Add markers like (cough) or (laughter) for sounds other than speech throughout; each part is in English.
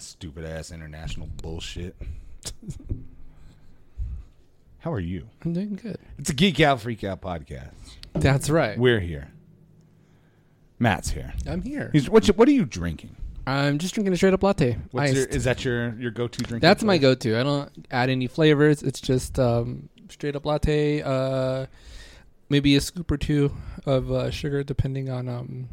ass international bullshit. How are you? I'm doing good. It's a Geek Out Freak Out podcast. That's right. We're here. Matt's here. I'm here. He's, what, you, what are you drinking? I'm just drinking a straight up latte. What's your, Iced. is that your, your go to drink? That's my go-to. I don't add any flavors. It's just um, straight up latte. Uh, maybe a scoop or two of uh, sugar, depending on um,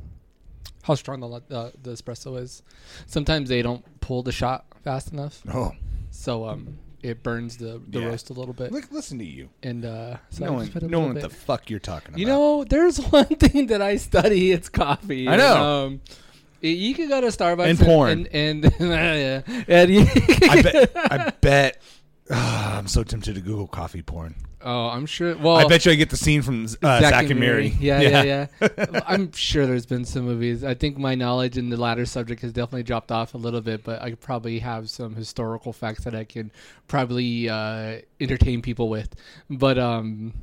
how strong the, la- uh, the espresso is. Sometimes they don't pull the shot fast enough, Oh, so um, it burns the, the Yeah. roast a little bit. look, listen to you. And uh, so I Knowing, just put a knowing what little the bit. fuck you're talking about. You know, there's (laughs) one thing that I study. It's coffee. I know. And, um, y- you could go to Starbucks And porn. and (laughs) and, yeah. and you- (laughs) I bet. I bet. (sighs) Ah, I'm so tempted to Google coffee porn. oh, I'm sure. Well, I bet you I get the scene from uh, Zach, and Mary. Yeah, yeah, yeah. (laughs) I'm sure there's been some movies. I think my knowledge in the latter subject has definitely dropped off a little bit, but I probably have some historical facts that I can probably uh, entertain people with. But um,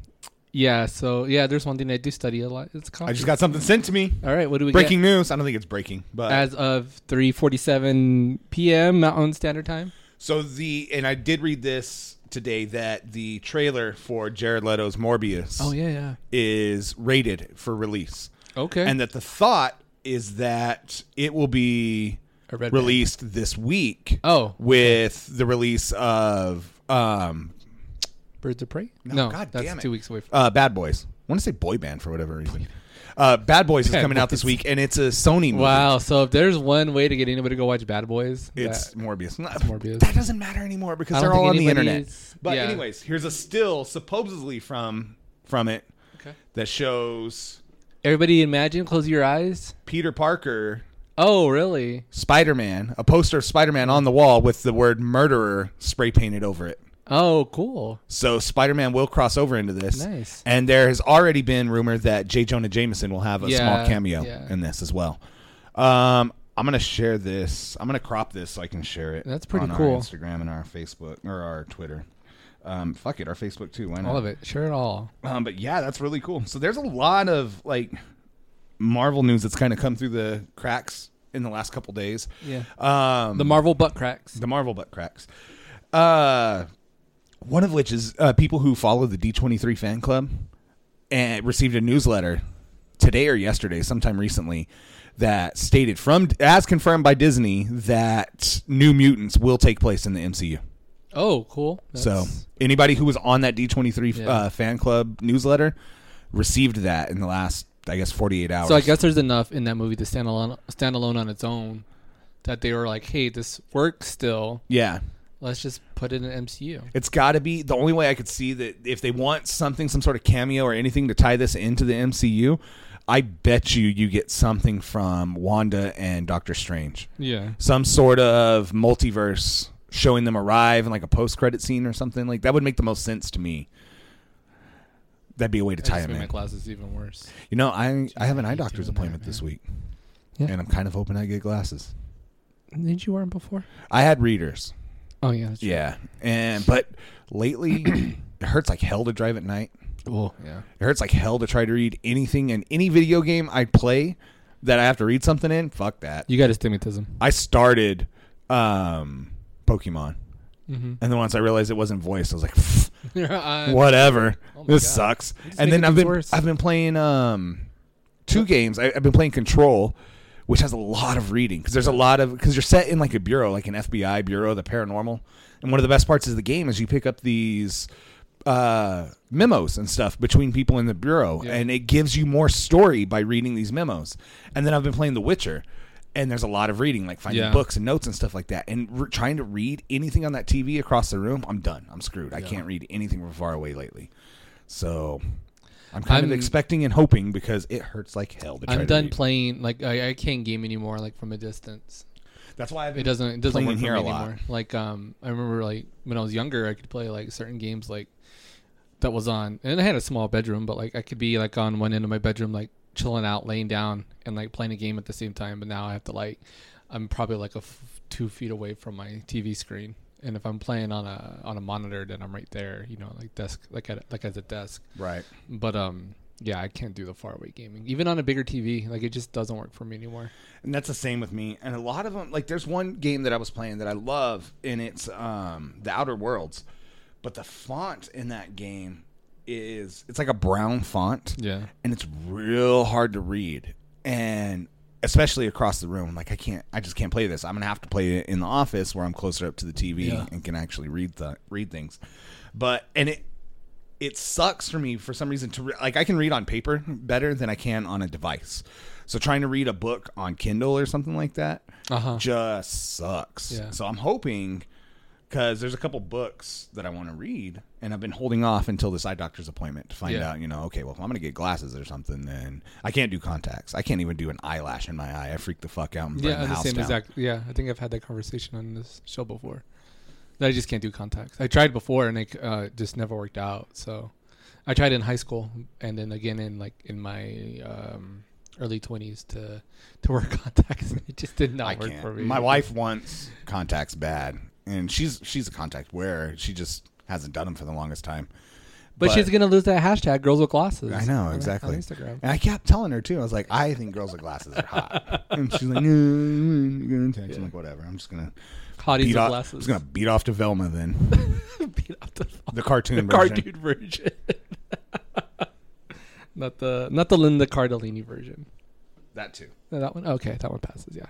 yeah, so yeah, there's one thing I do study a lot. It's coffee. I just got something sent to me. All right, what do we get? Breaking news. I don't think it's breaking, but Uh, as of 3:47 p.m. Mountain Standard Time. so the and I did read this today that the trailer for Jared Leto's Morbius Oh, yeah, yeah. is rated for release, Okay. and that the thought is that it will be A red released this week. Oh. with the release of um Birds of Prey? No, God that's damn it. two weeks away. From- uh, Bad Boys. I want to say boy band for whatever reason. Uh, Bad Boys is Bad coming out this Boys. week, and it's a Sony movie. wow. So if there's one way to get anybody to go watch Bad Boys, It's that- Morbius. Morbius. That doesn't matter anymore because I they're don't all on think the anybody internet. is- But yeah. anyways, here's a still supposedly from from it Okay. that shows everybody imagine close your eyes. Peter Parker, Oh, really? Spider-Man, a poster of Spider-Man on the wall with the word murderer spray painted over it. Oh, cool. So Spider-Man will cross over into this. Nice. And there has already been rumor that J. Jonah Jameson will have a Yeah, small cameo yeah. in this as well. Um, I'm gonna share this. I'm gonna crop this so I can share it. That's pretty on our cool. Instagram and our Facebook or our Twitter. Um, fuck it, our Facebook too. Why not? All of it. Sure, it all. Um, but yeah, that's really cool. So there's a lot of like Marvel news that's kind of come through the cracks in the last couple days. Yeah. Um, The Marvel butt cracks. the Marvel butt cracks. Uh, one of which is uh, people who follow the D23 fan club and received a newsletter today or yesterday, sometime recently, that stated from as confirmed by Disney that New Mutants will take place in the MCU. Oh, cool. So That's- anybody who was on that D23 Yeah. uh, fan club newsletter received that in the last, I guess, 48 hours. So I guess there's enough in that movie to stand alone, stand alone on its own, that they were like, "Hey, this works still. yeah. Let's just put it in MCU." It's got to be the only way I could see that if they want something, some sort of cameo or anything to tie this into the MCU, I bet you you get something from Wanda and Doctor Strange, Yeah. some sort of multiverse showing them arrive in like a post credit scene or something like that would make the most sense to me. That'd be a way to I just tie them made my in. glasses even worse. You know, I I have an eye you doctor's doing that, appointment man? this week, Yeah. and I'm kind of hoping I get glasses. Did you wear them before? I had readers, Oh yeah. That's yeah, and but lately (clears throat) it hurts like hell to drive at night. Oh yeah. It hurts like hell to try to read anything in any video game I play that I have to read something in. Fuck that. You got astigmatism. I started um, Pokemon, (laughs) Mm-hmm. (laughs) and then once I realized it wasn't voice, I was like, "Pff, uh, whatever. Oh my this God. sucks. just And then making I've things been worse. I've been playing um, two games. I, I've been playing Control, which has a lot of reading because there's a lot of because you're set in like a bureau, like an FBI bureau, the paranormal. And one of the best parts of the game is you pick up these uh, memos and stuff between people in the bureau, Yeah. and it gives you more story by reading these memos. And then I've been playing The Witcher. And there's a lot of reading, like finding Yeah. books and notes and stuff like that. And re- trying to read anything on that TV across the room, I'm done. I'm screwed. I can't read anything from far away lately. So I'm kind of I'm- expecting and hoping because it hurts like hell to try I'm to done read. playing. Like I, I can't game anymore. Like from a distance, That's why I've it been doesn't. It doesn't Playing work in for me here a lot. anymore. Like um, I remember like when I was younger, I could play like certain games like that was on, and I had a small bedroom, but like I could be like on one end of my bedroom, like chilling out, laying down, and like playing a game at the same time. But now I have to like, I'm probably like a f- two feet away from my TV screen. And if I'm playing on a on a monitor, then I'm right there, you know, like desk, like at like as a desk. right. But um, Yeah, I can't do the faraway gaming. Even on a bigger TV, like it just doesn't work for me anymore. And that's the same with me. And a lot of them, like there's one game that I was playing that I love, and it's um, The Outer Worlds. But the font in that game is it's like a brown font. Yeah. And it's real hard to read, and especially across the room. Like I can't, I just can't play this. I'm gonna have to play it in the office where I'm closer up to the TV Yeah. and can actually read the read things. But and it it sucks for me for some reason to re- like I can read on paper better than I can on a device. So trying to read a book on Kindle or something like that Uh-huh. just sucks. Yeah. So I'm hoping because there's a couple books that I want to read, and I've been holding off until this eye doctor's appointment to find Yeah. out. You know, okay, well if I'm gonna get glasses or something, then I can't do contacts. I can't even do an eyelash in my eye. I freak the fuck out and burn Yeah, the, the house same down. exact. Yeah, I think I've had that conversation on this show before. That I just can't do contacts. I tried before and it uh, just never worked out. So I tried in high school and then again in like in my um, early twenties to to wear (laughs) contacts. and It just did not I work can't. for me. My wife wants contacts bad, and she's she's a contact wearer. She just hasn't done them for the longest time. (laughs) but, she's gonna lose that hashtag girls with glasses. I know on- exactly. On Instagram. And I kept telling her too. I was like, I think girls with glasses are (laughs) hot, and she's like, mm, you're gonna text. I'm like, whatever. I'm just gonna Hotties with beat off. I'm glasses. just gonna beat off to Velma then, (laughs) beat off (laughs) the the cartoon version. cartoon version. (laughs) not the not the Linda Cardellini version. That too. No, that one. Okay, that one passes. Yeah.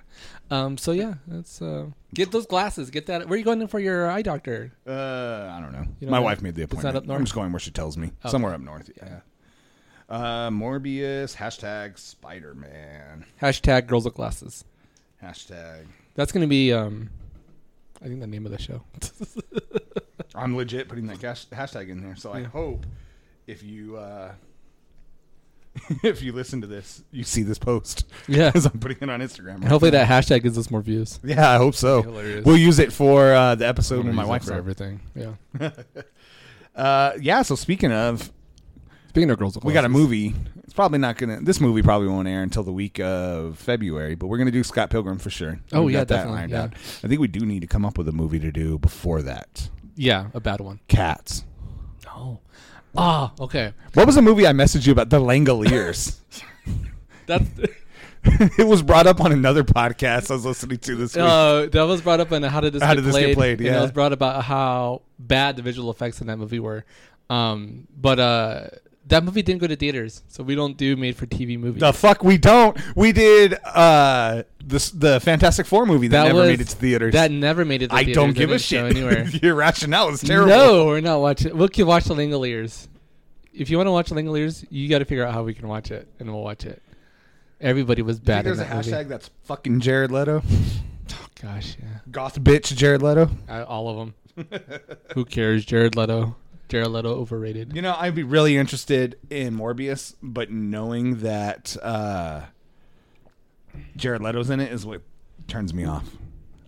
Um. So yeah, that's uh. Get those glasses. Get that. Where are you going in for your eye doctor? Uh, I don't know. You don't My know? wife made the It's not appointment. up north? I'm just going where she tells me. Okay. Somewhere up north. Yeah. Uh, Morbius hashtag Spider Man Hashtag girls with glasses. (laughs) hashtag. That's gonna be um. I think the name of the show. (laughs) I'm legit putting that gas- hashtag in there. So I Yeah. hope if you uh, (laughs) if you listen to this, you see this post (laughs) yeah. because I'm putting it on Instagram. And hopefully that hashtag gives us more views. Yeah, I hope so. Hilarious. We'll use it for uh, the episode We'll when my use it wife's for over. everything. Yeah. Uh, yeah. So speaking of, Speaking of girls with glasses, we got a movie. It's probably not gonna. This movie probably won't air until the week of February, but we're gonna do Scott Pilgrim for sure. Oh, We've yeah, got that definitely, lined yeah. out. I think we do need to come up with a movie to do before that. Yeah, a bad one. Cats. No. Ah. Okay. What was the movie I messaged you about? The (laughs) Langoliers. (laughs) That's. it was brought up on another podcast I was listening to this week. Uh, that was brought up on how did this, How get, did this played, get played, And yeah. it was brought about how bad the visual effects in that movie were. Um, but uh, that movie didn't go to theaters, so we don't do made for TV movies. the fuck we don't. We did uh this the Fantastic Four movie that, never made it to theaters. That never made it. to I theaters. don't It give a didn't show shit. (laughs) anywhere. Your rationale is terrible. No, we're not watching. We can watch the Langoliers. If you want to watch the Langoliers, you got to figure out how we can watch it, and we'll watch it. Everybody was You think bad in there's a that movie. hashtag that's fucking Jared Leto. Oh, gosh, yeah, Goth bitch Jared Leto. I, all of them. Who cares? Jared Leto. Jared Leto (laughs) overrated. You know, I'd be really interested in Morbius, but knowing that uh Jared Leto's in it is what turns me off.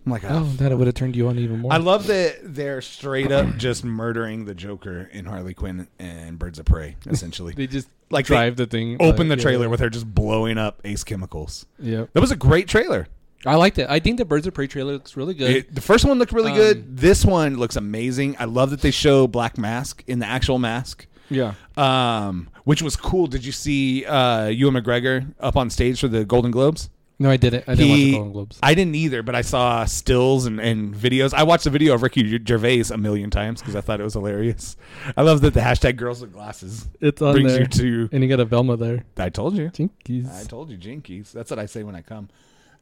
I'm like, Oh, oh, that would have turned you on even more. I love that they're straight up just murdering the Joker in Harley Quinn and Birds of (laughs) Prey, (laughs) essentially. They just Like, like they drive the thing. Open the like, trailer with her just blowing up Ace Chemicals. Yeah, Yep. That was a great trailer. I liked it. I think the Birds of Prey trailer looks really good. It- the first one looked really Um, good. This one looks amazing. I love that they show Black Mask in the actual mask. yeah. um, which was cool. Did you see uh, Ewan McGregor up on stage for the Golden Globes? No, I didn't. I didn't watch the He- Golden Globes. I didn't either, but I saw stills and, and videos. I watched the video of Ricky Gervais a million times because I thought it was hilarious. I love that the hashtag girls with glasses It's on brings there. you to. and you got a Velma there. I told you. Jinkies. I told you, jinkies. That's what I say when I come.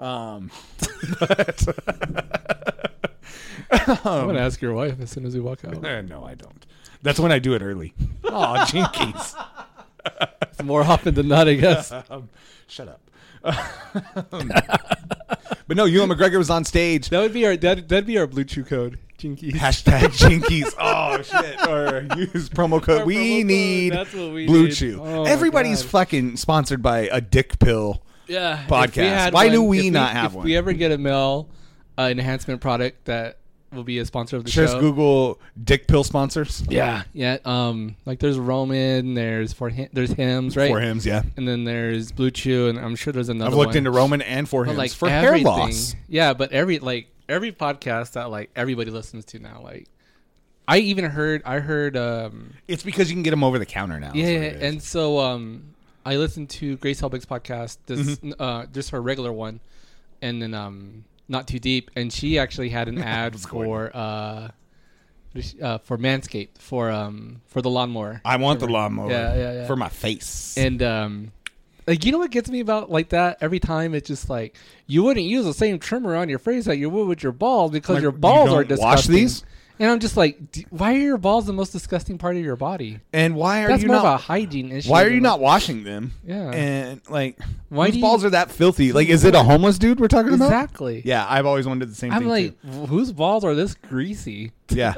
Um, (laughs) but- I'm gonna ask your wife as soon as we walk out. (laughs) (laughs) Eh, no, I don't. That's when I do it early. Oh, jinkies. It's more often than not, I (laughs) guess. Um, shut up. but no, Ewan McGregor was on stage. That would be our that that'd be our blue chew code. Jinkies. Hashtag (laughs) jinkies. Oh shit! Or use promo code. Our we promo code, need that's what we Blue need. Chew. Oh, my Everybody's God. fucking sponsored by a dick pill. yeah podcast. if we had Why do one- we if not have if one? we ever get a male uh, enhancement product that will be a sponsor of the Just show. Google dick pill sponsors. Yeah, yeah. Um, like there's Roman, there's for him, there's hymns, right? For hymns, yeah. and then there's Blue Chew, and I'm sure there's another. I've looked one. into Roman and for But, hymns like for hair everything, loss. Yeah, but every like every podcast that like everybody listens to now, like I even heard I heard um It's because you can get them over the counter now. is yeah, what yeah, it is. and so um I listened to Grace Helbig's podcast, this Mm-hmm. uh just her regular one and then um not too deep and she actually had (laughs) an ad for uh uh, for Manscaped for um for the lawnmower I want the lawnmower Yeah, yeah, yeah. for my face. and um like you know what gets me about like that every time it's just like you wouldn't use the same trimmer on your face that you would with your balls because Like, your you balls are don't disgusting. wash these? And I'm just like, D- why are your balls the most disgusting part of your body? And why are That's you more of a not? hygiene issue. Why are you than, not washing them? Yeah. And like, Why do whose you- balls are that filthy? Like, is it a homeless dude we're talking like- about? exactly? Yeah, I've always wondered the same I'm thing. like, whose balls are this greasy? too. (laughs) yeah,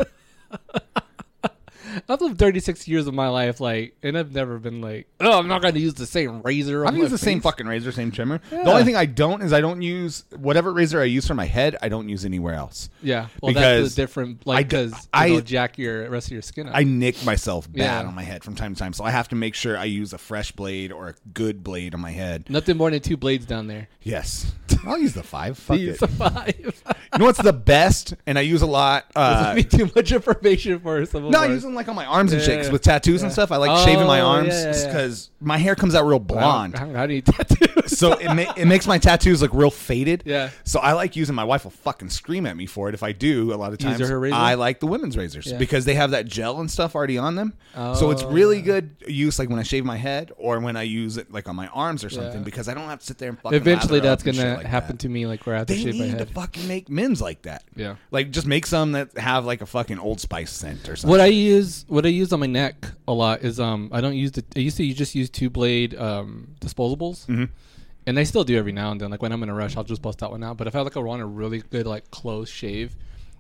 I've lived 36 years of my life, like, and I've never been like, oh, I'm not going to use the same razor. I on don't use my the same face." fucking razor, same trimmer. The Yeah. only thing I don't is I don't use whatever razor I use for my head. I don't use anywhere else. Yeah, well, Because that's the different, like, I d- because I- it'll jack your rest of your skin up. I nick myself bad Yeah. on my head from time to time, so I have to make sure I use a fresh blade or a good blade on my head. Nothing more than two blades down there. (laughs) Yes, I'll use the five. Fuck These it. (laughs) Uh, You know what's the best? And I use a lot. Uh, be too much information for someone. No, I who- use them like on my arms and Yeah, shit. yeah, 'cause yeah. with tattoos and stuff, I like Oh, shaving my arms yeah, because yeah, yeah. my hair comes out real I don't- blonde. (laughs) I don't got any tattoos. so it ma- it makes my tattoos look real faded. Yeah. So I like using. My wife will fucking scream at me for it if I do. A lot of Use times, her razor? I like the women's razors Yeah. because they have that gel and stuff already on them. so it's Oh, really good use, like when I shave my head or when I use it like on my arms or something, Yeah. because I don't have to sit there and fucking. lather Eventually, up that's and gonna shit like happen that. to me. Like where I have to They shave my need to head. fucking make men's like that. Yeah. Like just make some that have like a fucking Old Spice scent or something. What I use, what I use on my neck a lot is um, I don't use the. I used to just use two blade um disposables, Mm-hmm. and I still do every now and then. Like when I'm in a rush, I'll just bust that one out. But if I like I want a really good like close shave,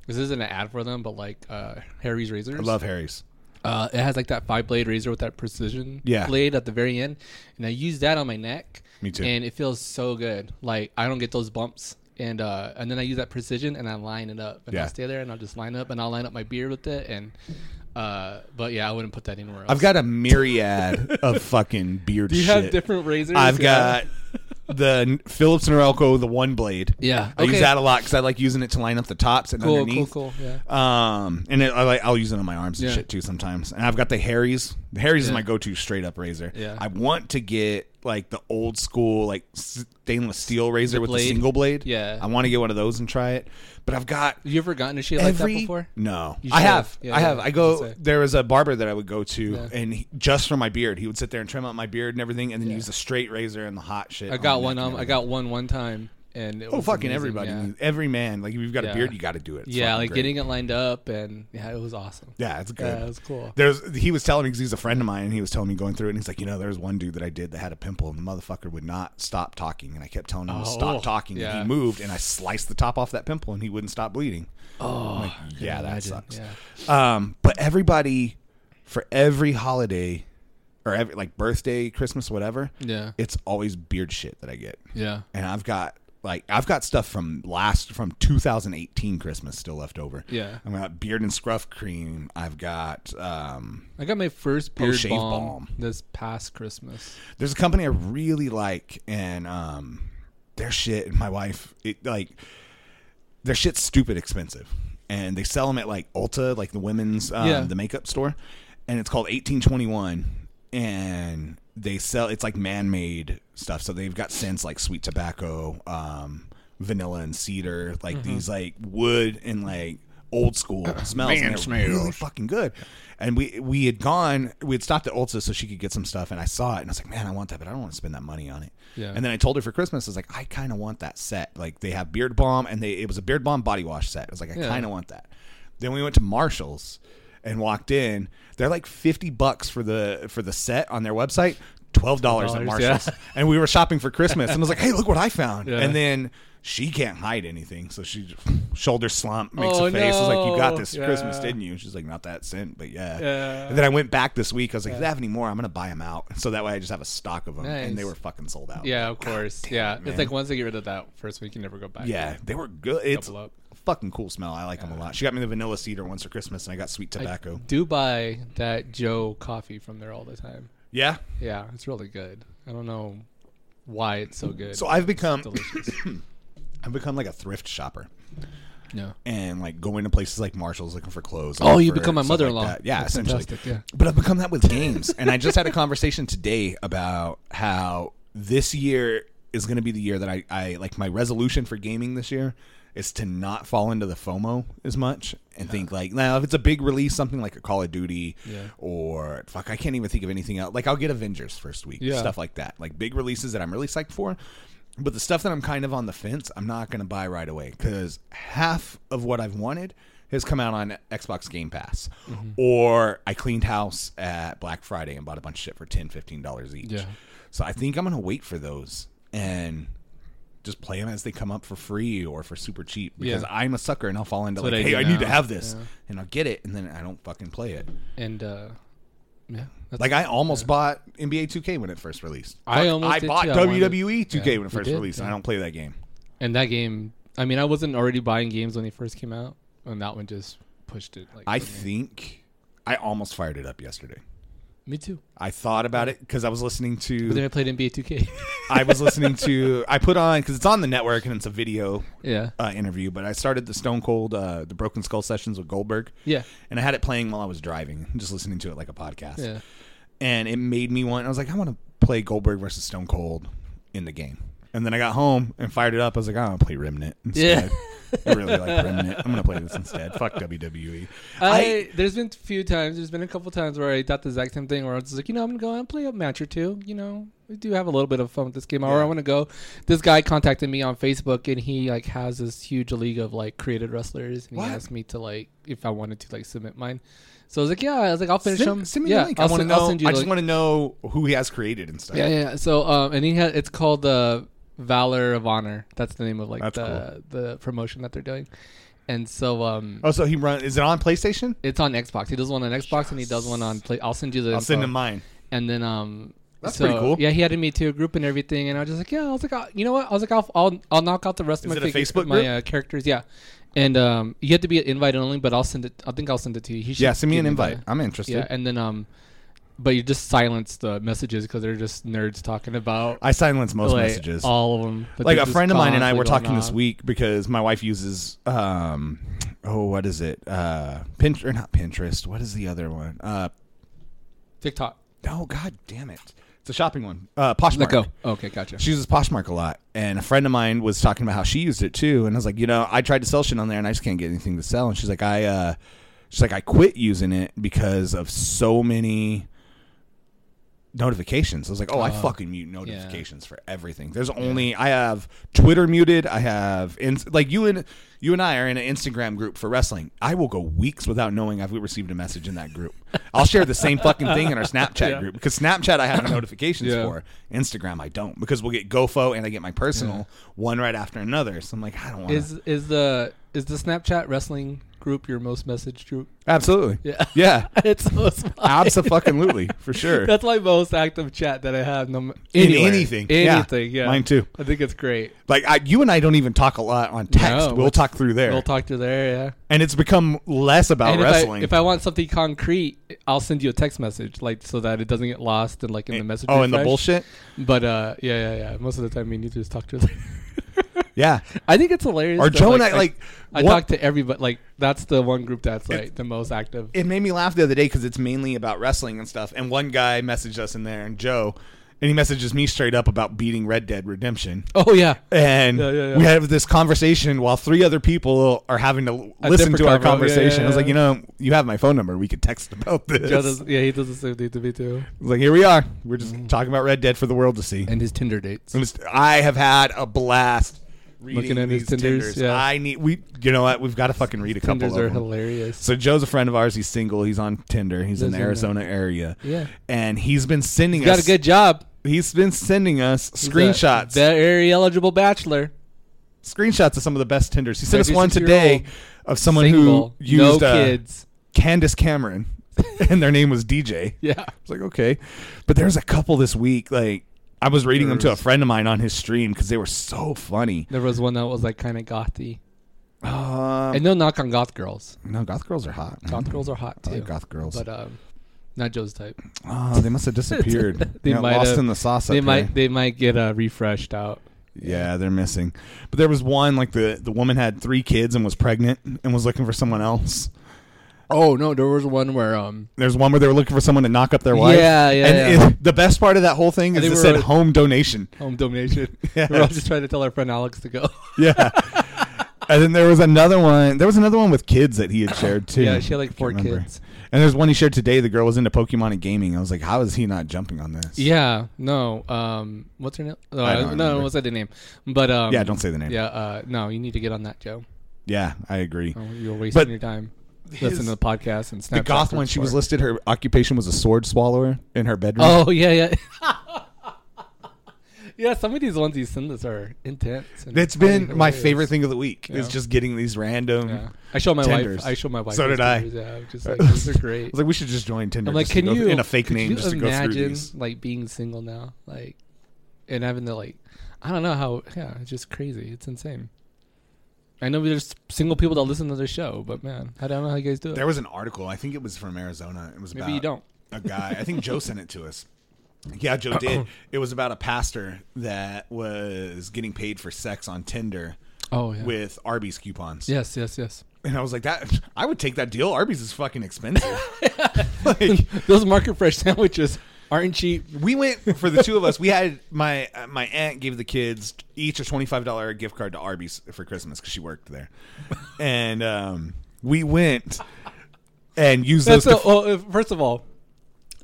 this isn't an ad for them, but like uh Harry's razors. I love Harry's. Uh, it has like that five blade razor with that precision Yeah. blade at the very end, and I use that on my neck. Me too. And it feels so good. Like I don't get those bumps, and uh, and then I use that precision and I line it up, and Yeah. I'll stay there and I'll just line up and I'll line up my beard with it, and uh, but yeah, I wouldn't put that anywhere else. I've got a myriad of fucking beard. Do you shit. have different razors? I've Yeah. got the Phillips Norelco, the one blade. Yeah. I use Okay. that a lot because I like using it to line up the tops and cool, cool, underneath. cool. Yeah. Um, and it, I like I'll use it on my arms and Yeah. shit too sometimes. And I've got the Harry's. The Harry's is Yeah. my go-to straight up razor. Yeah. I want to get like the old school like stainless steel razor with the blade? single blade. Yeah. I want to get one of those and try it. But I've got You ever gotten a shave like that before? no, You I should. have, Yeah, I yeah, have. I that's what go. I'm saying. There was a barber that I would go to, Yeah. and he, just for my beard, he would sit there and trim out my beard and everything, and then use a straight razor and the hot shit. I my got one. neck and Um, I everything. got one one time, and it Oh, was fucking amazing, everybody, Yeah, every man. Like if you've got a Yeah. beard, you got to do it. It's yeah fucking like great. getting it lined up, and yeah, it was awesome. Yeah, it's good. Yeah, it was cool. There's he was telling me because he's a friend of mine, and he was telling me going through it, and he's like, you know, there's one dude that I did that had a pimple, and the motherfucker would not stop talking, and I kept telling him to Oh, stop talking, yeah. and he moved, and I sliced the top off that pimple, and he wouldn't stop bleeding. Oh, Yeah, that imagine, sucks. yeah. Um, but everybody for every holiday or every like birthday, Christmas, whatever, Yeah. it's always beard shit that I get. Yeah. And I've got like I've got stuff from last from 2018 Christmas still left over. Yeah. I've got beard and scruff cream. I've got um I got my first beard shave balm, balm. this past Christmas. there's a company I really like, and um, their shit and my wife, it like their shit's stupid expensive, and they sell them at like Ulta, like the women's um, Yeah. the makeup store, and it's called 1821, and they sell it's like man made stuff, so they've got scents like sweet tobacco, um, vanilla and cedar, like these like wood and like old school smells and Man they're smells. really fucking good. And we we had gone, we had stopped at Ulta so she could get some stuff, and I saw it, and I was like, man, I want that, but I don't want to spend that money on it. Yeah. And then I told her for Christmas, I was like, I kind of want that set. Like they have beard balm, and they it was a beard balm body wash set. I was like, I Yeah. kind of want that. Then we went to Marshalls and walked in. They're like fifty bucks for the for the set on their website. Twelve dollars at $12, yeah. Marshalls, and we were shopping for Christmas, and I was like, "Hey, look what I found!" Yeah. And then she can't hide anything, so she shoulder slump, makes Oh, a face, is like, "You got no. this for Christmas, Yeah. didn't you?" She's like, "Not that scent, but yeah." Yeah. And then I went back this week. I was like, "If they have any more, I'm gonna buy them out." So that way, I just have a stock of them, Nice. and they were fucking sold out. Yeah, of course. yeah, man. it's like once I get rid of that first week, you never go back. Yeah, they were good. It's Double up. a fucking cool smell. I like them a lot. She got me the vanilla cedar once for Christmas, and I got sweet tobacco. Do buy that Joe coffee from there all the time. yeah. Yeah, it's really good. I don't know why it's so good. So I've become (coughs) delicious. I've become like a thrift shopper. Yeah. and like going to places like Marshalls looking for clothes. Oh, you for become my stuff like mother-in-law. that. yeah, That's essentially. fantastic, yeah. But I've become that with games, and I just had a conversation today about how this year is going to be the year that I, I like my resolution for gaming this year is to not fall into the FOMO as much and think like now if it's a big release something like a Call of Duty Yeah. or fuck I can't even think of anything else like I'll get Avengers first week Yeah. stuff like that like big releases that I'm really psyched for but the stuff that I'm kind of on the fence, I'm not going to buy right away because half of what I've wanted has come out on Xbox Game Pass. Mm-hmm. Or I cleaned house at Black Friday and bought a bunch of shit for $10, $15 each. Yeah. So I think I'm going to wait for those and just play them as they come up for free or for super cheap because Yeah. I'm a sucker and I'll fall into That's what like, I hey, do I need now. to have this. Yeah. And I'll get it and then I don't fucking play it. And uh, yeah, that's, Like I almost bought NBA 2K when it first released. I Fuck, almost I did bought too. I wanted- WWE 2K Yeah, when it you first did, released and yeah. I don't play that game. and that game. I mean, I wasn't already buying games when they first came out, and that one just pushed it. Like I for me. think I almost fired it up yesterday. me too. I thought about it because I was listening But then to I played (laughs) NBA 2K. I was listening to I put on because it's on the network and it's a video yeah, uh, interview. But I started the Stone Cold uh, the Broken Skull sessions with Goldberg, yeah, and I had it playing while I was driving, just listening to it like a podcast. yeah. And it made me want. I was like, I want to play Goldberg versus Stone Cold in the game. And then I got home and fired it up. I was like, I want to play Remnant instead. I really like Remnant. I'm gonna play this instead. Fuck E. WWE. I, there's been a few times, there's been a couple times where I thought the exact same thing where I was just like, you know, I'm gonna go and play a match or two. You know, we do have a little bit of fun with this game. Or I want to go. This guy contacted me on Facebook and he like has this huge league of like created wrestlers and What? he asked me to like if I wanted to like submit mine. So I was like, yeah, I was like, I'll finish Send- them. send me the yeah, link. I'll I want to send- I'll know. I send you the just link. want to know who he has created and stuff. Yeah, yeah. yeah. So, um, and he had it's called the Valor of Honor. That's the name of like That's the the promotion that they're doing. And so, um, Oh, so he run? Is it on PlayStation? it's on Xbox. He does one on Xbox, and he does one on Play. I'll send you the. I'll send info. him mine. And then, um, That's so, pretty cool. Yeah, he added me to a group and everything, and I was just like, yeah, I was like, I'll, you know what? I was like, I'll I'll, I'll knock out the rest Is of it a my figures- Facebook my group? uh, characters. Yeah. And um, you have to be invite only, but I'll send it. I think I'll send it to you. He should Yeah, send me give an the- invite. I'm interested. yeah, and then um, but you just silence the messages because they're just nerds talking about I silence most like, messages. All of them. But like they're a just friend of mine and I constantly were going talking this on. week because my wife uses um oh what is it uh Pinterest or not Pinterest what is the other one uh TikTok. oh god damn it it's a shopping one uh Poshmark Let go. Okay, gotcha. she uses Poshmark a lot, and a friend of mine was talking about how she used it too. And I was like, you know, I tried to sell shit on there, and I just can't get anything to sell. And she's like, I, uh, she's like, I quit using it because of so many notifications. I was like, oh, I Uh, fucking mute notifications for everything. There's only I have Twitter muted. I have in, like you and you and I are in an Instagram group for wrestling. I will go weeks without knowing I've received a message in that group. I'll share the same fucking thing in our (laughs) Snapchat group because Snapchat I have notifications Yeah. for. Instagram, I don't because we'll get GoFo and I get my personal one right after another. So I'm like, I don't want to. Is is the is the Snapchat wrestling group your most messaged group? Absolutely. Yeah. (laughs) Yeah. (laughs) it's most. Absolutely. (laughs) For sure. That's my most active chat that I have. No, In anywhere. anything. Yeah. anything. Yeah. Mine too. I think it's great. Like I, you and I don't even talk a lot on text. No, we'll it's- talk through there, We'll talk to there. Yeah. and it's become less about and if I, wrestling. if I want something concrete, I'll send you a text message, like so that it doesn't get lost and like in the message. oh, and the refresh. bullshit. But uh, yeah, yeah, yeah. Most of the time, me and you just talk to each other. (laughs) Yeah. I think it's hilarious. Or that, Joe and I like. I one- talk to everybody. Like that's the one group that's like the most active. it made me laugh the other day because it's mainly about wrestling and stuff. And one guy messaged us in there, and Joe, and he messages me straight up about beating Red Dead Redemption. oh yeah, and Yeah, yeah, yeah. we have this conversation while three other people are having to l- A listen different to our convo. Yeah, yeah, conversation. I was yeah. like, you know, you have my phone number. We could text about this. Joe does. Yeah, he does the same thing to me too. I was like, here we are. We're just talking about Red Dead for the world to see. Mm. And his Tinder dates. I'm just- I have had a blast reading Looking at his these Tinders, Tinders. yeah. I need we. You know what? We've got to fucking read a couple Tinders of are them. hilarious. So Joe's a friend of ours. He's single. He's on Tinder. He's in Lives the in, uh, Arizona area. yeah. and he's been sending He got us. a good job. he's been sending us He's a screenshots. Very eligible bachelor. screenshots of some of the best Tinders. He sent us one 36-year-old today of someone single, who used no uh, kids. Candace Cameron, (laughs) and their name was DJ. Yeah. It's like okay, but there's a couple this week. Like I was reading them to a There's- friend of mine on his stream because they were so funny. There was one that was like kind of gothy. Um, Mm-hmm. And no knock on goth girls. no, goth girls are hot. Goth girls are hot I too. like goth girls. But um, not Joe's type. oh, they must have disappeared. (laughs) They They got might lost have- in the sauce. They up might here. they might get uh, refreshed out. Yeah, they're missing. But there was one like the the woman had three kids and was pregnant and was looking for someone else. Oh no, there was one where um There's one where they were looking for someone to knock up their wife. Yeah, yeah, And yeah. it- the best part of that whole thing is And it they said were- home (laughs) donation. home domination. Yes. We were all just trying to tell our friend Alex to go. Yeah. and then there was another one. There was another one with kids that he had shared too. yeah, she had I like can't four remember. kids. And there's one he shared today. The girl was into Pokemon and gaming. I was like, how is he not jumping on this? (laughs) Yeah, no. Um, what's her name? Uh, I don't I don't no, remember. no, what's that the name? But um, Yeah, don't say the name. Yeah, uh, no, you need to get on that, Joe. Yeah, I agree. Oh, you're wasting But your time his- listening to the podcast and Snapchat. the goth search one, she for was it. listed. Her occupation was a sword swallower in her bedroom. Oh yeah, yeah. (laughs) yeah, some of these ones you send us are intense. and That's funny, been my hilarious. favorite thing of the week is Yeah. just getting these random. Yeah. I show my Tenders. wife. I show my wife. So these did I. tenders, Yeah, I'm (laughs) just like these are I great. was like, we should just join Tinder. I'm like, just to can go you through- in a fake could name you just to go through imagine these? like being single now, like, and having to like, I don't know how. Yeah, it's just crazy. It's insane. I know there's single people that listen to the show, but man, I don't know how you guys do it. There was an article. I think it was from Arizona. It was Maybe about you don't. (laughs) a guy. I think Joe sent it to us. Yeah, Joe did. It was about a pastor that was getting paid for sex on Tinder Oh yeah. with Arby's coupons. Yes, yes, yes. (laughs) And I was like, that I would take that deal. Arby's is fucking (laughs) expensive. like Those market fresh sandwiches aren't cheap. we went for the two of us. We had my uh, my aunt gave the kids each a twenty five dollar gift card to Arby's for Christmas because she worked there, and um, we went and used That's those. the, to- well, if- first of all,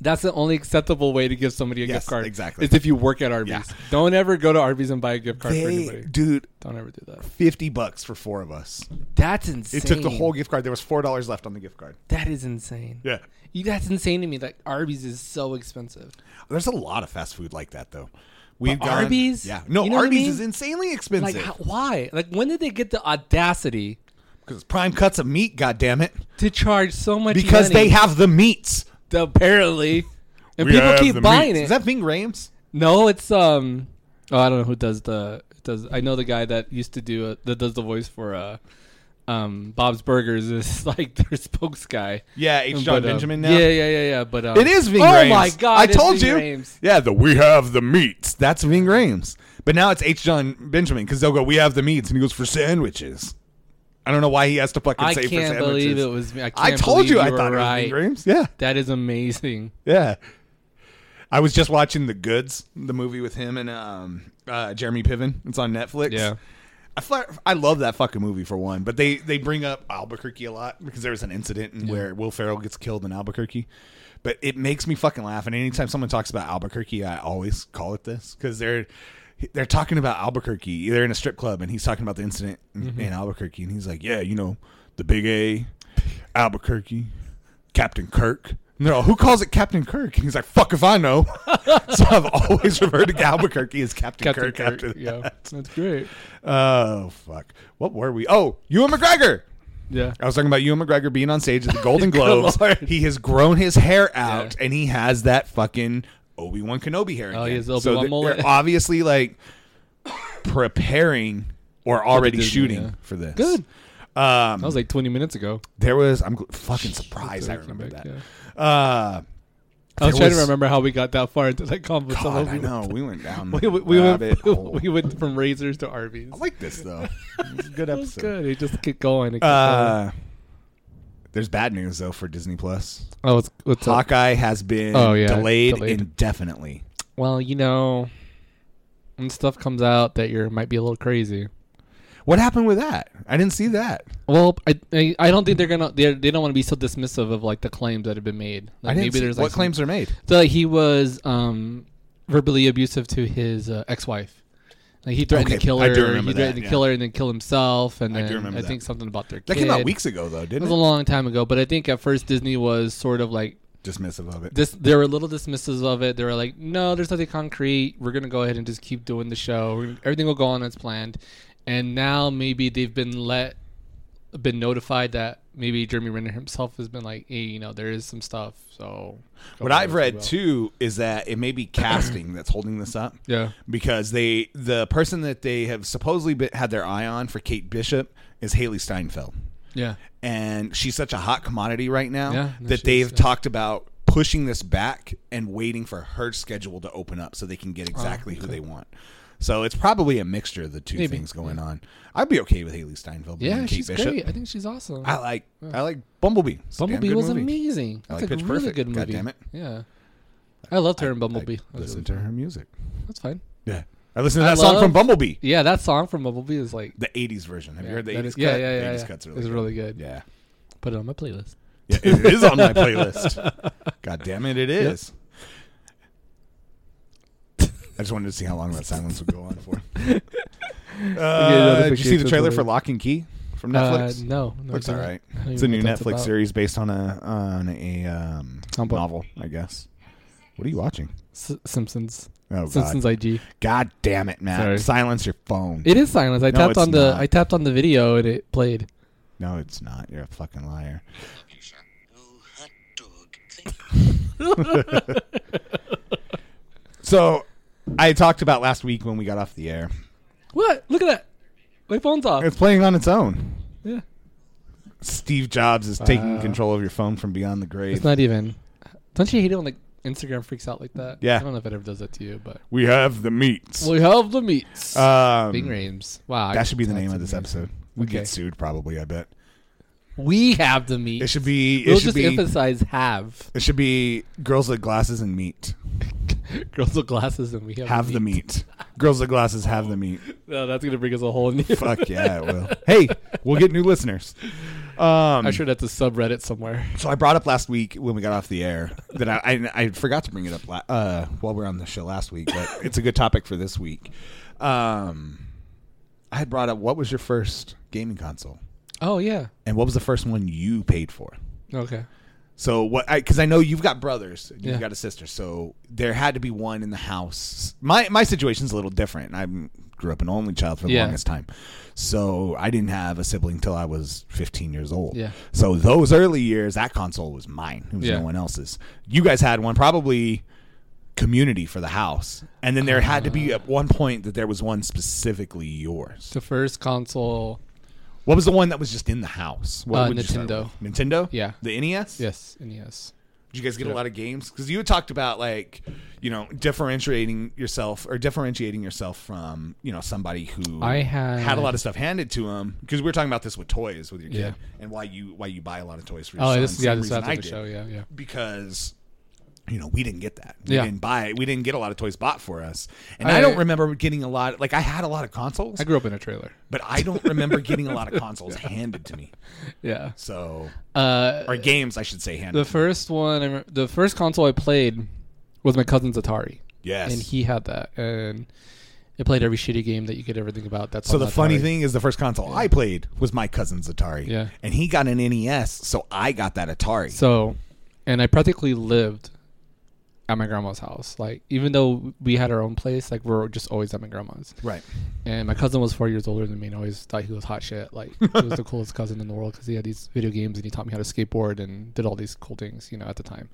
that's the only acceptable way to give somebody a Yes, gift card. exactly. Is if you work at Arby's. Yeah. Don't ever go to Arby's and buy a gift card for they, anybody. dude, Don't ever do that. fifty bucks for four of us. That's insane. It took the whole gift card. There was four dollars left on the gift card. That is insane. Yeah, You, that's insane to me. Like Arby's is so expensive. there's a lot of fast food like that though. We've But gone- Arby's? yeah, no, You know what I Arby's mean? is insanely Like expensive how, why? Like when did they get the audacity because prime cuts of meat. God damn it! to charge so much? Because money they have the meats. to- apparently, and We people have keep the buying meats. it. Is that Ving Rhames? no, it's um. Oh, I don't know who does the does. I know the guy that used to do uh, that does the voice for uh, um, Bob's Burgers is (laughs) like their spokes guy. Yeah, H. But, John um, Benjamin. Now Yeah, yeah, yeah, yeah. But um, it is Ving Oh Rhames. my god! I it's told Ving you. Rhames. Yeah, the we have the meats. That's Ving Rhames. But now it's H. John Benjamin because they'll go, "We have the meats," and he goes for sandwiches. I don't know why he has to fucking I say for can't sandwiches. believe it was me. I, I can't told believe you, I were thought right. it was Ving Rhames. Yeah, That is amazing. yeah. I was just watching The Goods, the movie with him and um, uh, Jeremy Piven. It's on Netflix. Yeah. I, fly, I love that fucking movie for one, but they, they bring up Albuquerque a lot because there was an incident in where Will Ferrell gets killed in Albuquerque. But it makes me fucking laugh. And anytime someone talks about Albuquerque, I always call it this because they're they're talking about Albuquerque. They're in a strip club and he's talking about the incident in- Mm-hmm. in Albuquerque, and he's like, "Yeah, you know, the Big A, Albuquerque, Captain Kirk." And they're all, who calls it Captain Kirk? And he's like, "Fuck if I know." (laughs) so I've always referred to Albuquerque as Captain, Captain Kirk, Kirk. after that. (laughs) yeah, that's great. Oh fuck! What were we? Oh, Ewan McGregor. Yeah, I was talking about Ewan McGregor being on stage at the (laughs) Golden Globes. Oh, Lord. he has grown his hair out, Yeah. and he has that fucking Obi Wan Kenobi hair. Oh, again. he has so Obi-Wan they're- mullet. they're obviously like preparing or already Disney, shooting yeah. for this. Good. Um, that was like 20 minutes ago. there was. I'm gl- fucking surprised I Looking remember back, that. yeah. Uh, I was there trying to was- remember how we got that far into that God, I conversation. know we went down. (laughs) We, we, we rabbit went, (laughs) hole. we went from razors to Arby's. I like this (laughs) though. It's a good That was episode. good. It just kept going. It kept Uh, there's bad news though for Disney Plus. going. Oh, what's, what's up? Hawkeye has been Oh, yeah, delayed, delayed. indefinitely. Well, you know, when stuff comes out that you might be a little crazy. What happened with that? I didn't see that. Well, I I, I don't think they're gonna they're, they don't want to be so dismissive of like the claims that have been made. Like, I didn't maybe see- there's what like some- claims are made. So like, he was um, verbally abusive to his uh, ex-wife. Like he threatened Okay, to kill I her. do remember he threatened that, to yeah. kill her and then kill himself. And I do then remember I that. think something about their That kid. came out weeks ago though, It didn't was it? a long time ago, but I think at first Disney was sort of like Dismissive of it. this. They were a little dismissive of it. They were like, "No, there's nothing concrete. We're gonna go ahead and just keep doing the show. We're gonna- Everything will go on as planned." And now maybe they've been let, been notified that maybe Jeremy Renner himself has been like, "Hey, you know, there is some stuff." So What I've read too is that it may be casting that's holding this up. Yeah. Because they, the person that they have supposedly been, had their eye on for Kate Bishop is Haley Steinfeld. Yeah. and she's such a hot commodity right now Yeah, no, that she they've is, yeah. talked about Oh, pushing this back and waiting for her schedule to open up so they can get exactly who they want. So it's probably a mixture of the two Maybe. things going on. I'd be okay with Haley Steinfeld. being Yeah, Kate she's Bishop. great. I think she's awesome. I like I like Bumblebee. It's a damn Bumblebee good was movie. amazing. I That's like a Pitch really Perfect. good movie. God damn it. Yeah. I loved her in Bumblebee. I listen to her music. That's fine. Yeah, I listen to I that song from love- Bumblebee, Yeah, that song from Bumblebee is like the '80s version. Have yeah, you heard the '80s that is- cut? Yeah, yeah, The yeah. 80s yeah. cut's really it's good. really good. Yeah. Put it on my playlist. yeah, it is on my playlist. God damn it, it is. I just wanted to see how long that silence would go on (laughs) for. Uh, did you see the trailer for Lock and Key from Netflix? Uh, no, no, Looks I all don't. right. I don't It's a even new know what that's Netflix about. series based on a on a um, On what? novel, I guess. What are you watching? S- Simpsons. Oh Simpsons God! IG. God damn it, Matt! Sorry. Silence your phone. It is silence. I No, tapped it's on the not. I tapped on the video and it played. no, it's not. You're a fucking liar. Oh, hot dog. Thank So, I talked about last week when we got off the air. What? Look at that. My phone's off. It's playing on its own. yeah. Steve Jobs is taking Wow. control of your phone from beyond the grave. It's not even. Don't you hate it when like Instagram freaks out like that? Yeah. I don't know if it ever does that to you, but we have the meats. we have the meats. Um, Bing Rames. Wow. I- that should be the that's name of this amazing. episode. We Okay. get sued probably. I bet We have the it meat. should be. It We'll should just be. emphasize have. (laughs) It should be girls with glasses and meat. Girls with glasses and we have, Have the meat. girls with glasses have the meat. No, that's gonna bring us a whole new. (laughs) Fuck yeah, it will. Hey, we'll get new listeners. Um, I'm sure that's a subreddit somewhere. So I brought up last week when we got off the air that I I, I forgot to bring it up la- uh, while we were on the show last week, but it's a good topic for this week. Um, I had brought up what was your first gaming console, Oh yeah. and what was the first one you paid for. Okay. So what? Because I, know you've got brothers, and you've Yeah. got a sister, so there had to be one in the house. My my situation's a little different. I grew up an only child for the Yeah. longest time, so I didn't have a sibling till I was 15 years old. Yeah. So those early years, that console was mine. It was Yeah. no one else's. You guys had one, probably community for the house, and then there had to be at one point that there was one specifically yours. The first console. What was the one that was just in the house? What Uh, would you start Nintendo. with? Nintendo. Yeah. The E NES. Yes. E NES. Did you guys get a lot of games? Because you had talked about like, you know, differentiating yourself or differentiating yourself from you know somebody who I had- had a lot of stuff handed to them. Because we were talking about this with toys with your kid Yeah. and why you why you buy a lot of toys for your Oh, son. this is Same yeah. This is reason I after the did. show. Yeah. Yeah. because. You know, we didn't get that. We Yeah. didn't buy. We didn't get a lot of toys bought for us, and I, I- don't remember getting a lot. Like I had a lot of consoles, I grew up in a trailer. but I don't remember getting a lot (laughs) of consoles handed to me. Yeah. So, Uh, or games, I should say, handed. the first one. I remember, the first console I played was my cousin's Atari. yes. and he had that, and it played every shitty game that you could ever think about. That's So on the funny Atari. thing is, the first console I played was my cousin's Atari. Yeah. And he got an NES, so I got that Atari. So, and I practically lived at my grandma's house. Like, even though we had our own place, like we're just always at my grandma's. right. And my cousin was four years older than me, and I always thought he was hot shit. Like, (laughs) he was the coolest cousin in the world because he had these video games and he taught me how to skateboard and did all these cool things, you know, at the time.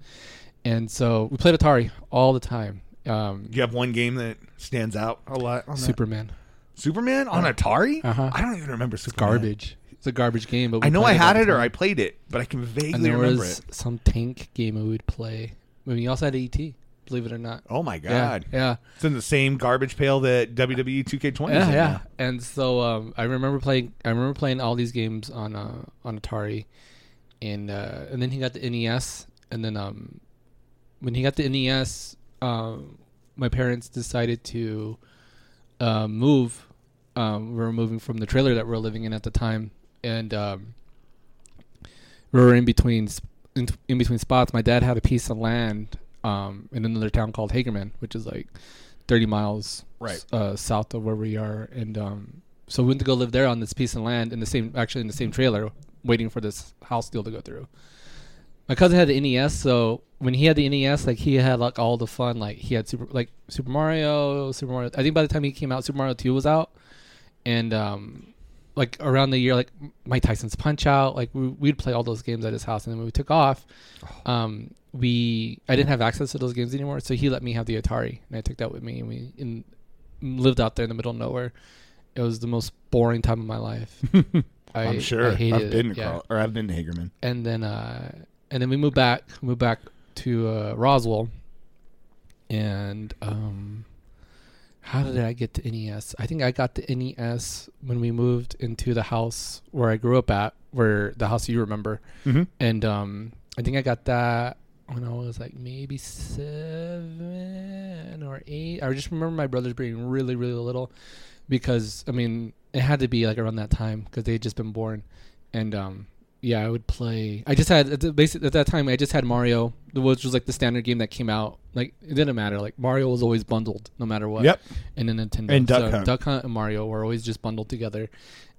And so we played Atari all the time. Um, Do you have one game that stands out a lot? On that? Superman, Superman on Atari? Uh-huh. I don't even remember Superman. garbage. It's a garbage game, but we I know I played it had all it the or time. I played it, but I can And vaguely there remember was it. some tank game we would play. I mean, we also had ET. Believe it or not. Oh my God. Yeah, yeah, It's in the same garbage pail that E WWE 2K20 is yeah, in yeah. now. And so um, I remember playing. I remember playing all these games on uh, on Atari, and uh, and then he got the NES. And then um, when he got the NES, um, my parents decided to uh, move. Um, we were moving from the trailer that we were living in at the time, and um, we were in between sp- in, in between spots. My dad had a piece of land um, in another town called Hagerman, which is like 30 miles Right. uh, south of where we are, and um, so we went to go live there on this piece of land in the same actually in the same trailer, waiting for this house deal to go through. My cousin had the NES, so when he had the NES, like he had like all the fun, like he had super like Super Mario, Super Mario. I think by the time he came out, Super Mario Two was out, and um, like around the year, like Mike Tyson's Punch Out, like we, we'd play all those games at his house, and then when we took off, Oh. um, we I didn't have access to those games anymore, so he let me have the Atari, and I took that with me, and we in, lived out there in the middle of nowhere. It was the most boring time of my (laughs) life. I, I'm sure. I I've hated it, been to yeah. Carl, or I've been to Hagerman. and then uh, and then we moved back, moved back to uh, Roswell, and um, How did I get to NES? I think I got the NES when we moved into the house where I grew up at, where the house you remember. Mm-hmm. And um, I think I got that when I was like maybe seven or eight. I just remember my brothers being really, really little because, I mean, it had to be like around that time because they had just been born. And um, yeah, I would play. I just had, at the- basically, at that time, I just had Mario, which was like the standard game that came out. Like, it didn't matter. Like, Mario was always bundled no matter what. Yep. And then Nintendo. And Duck Hunt. Duck Hunt and Mario were always just bundled together.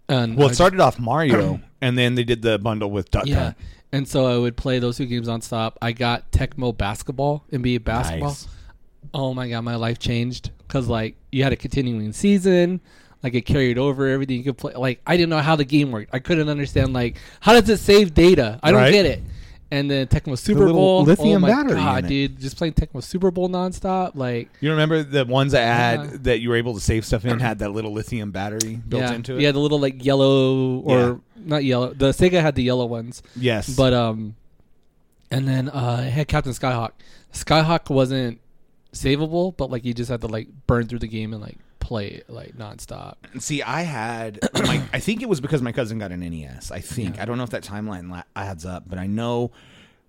And Well, I it started off Mario, and then they did the bundle with Duck yeah. Hunt. And so I would play those two games on stop. I got Tecmo basketball, NBA basketball. Nice. Oh my god, my life changed because like you had a continuing season, like it carried over everything you could play. Like I didn't know how the game worked. I couldn't understand like how does it save data? I don't Right. get it. And then Tecmo Super little Bowl, oh lithium my battery god, in it. dude, just playing Tecmo Super Bowl nonstop. Like You remember the ones that had Yeah. that you were able to save stuff in had that little lithium battery built yeah, into it. yeah, the little like yellow or Yeah. not yellow. The Sega had the yellow ones. Yes. But um, and then uh, it had Captain Skyhawk. Skyhawk wasn't savable, but like you just had to like burn through the game and like play it like nonstop. see, I (clears throat) had my I think it was because my cousin got an NES. I think I don't know if that timeline la- adds up, but I know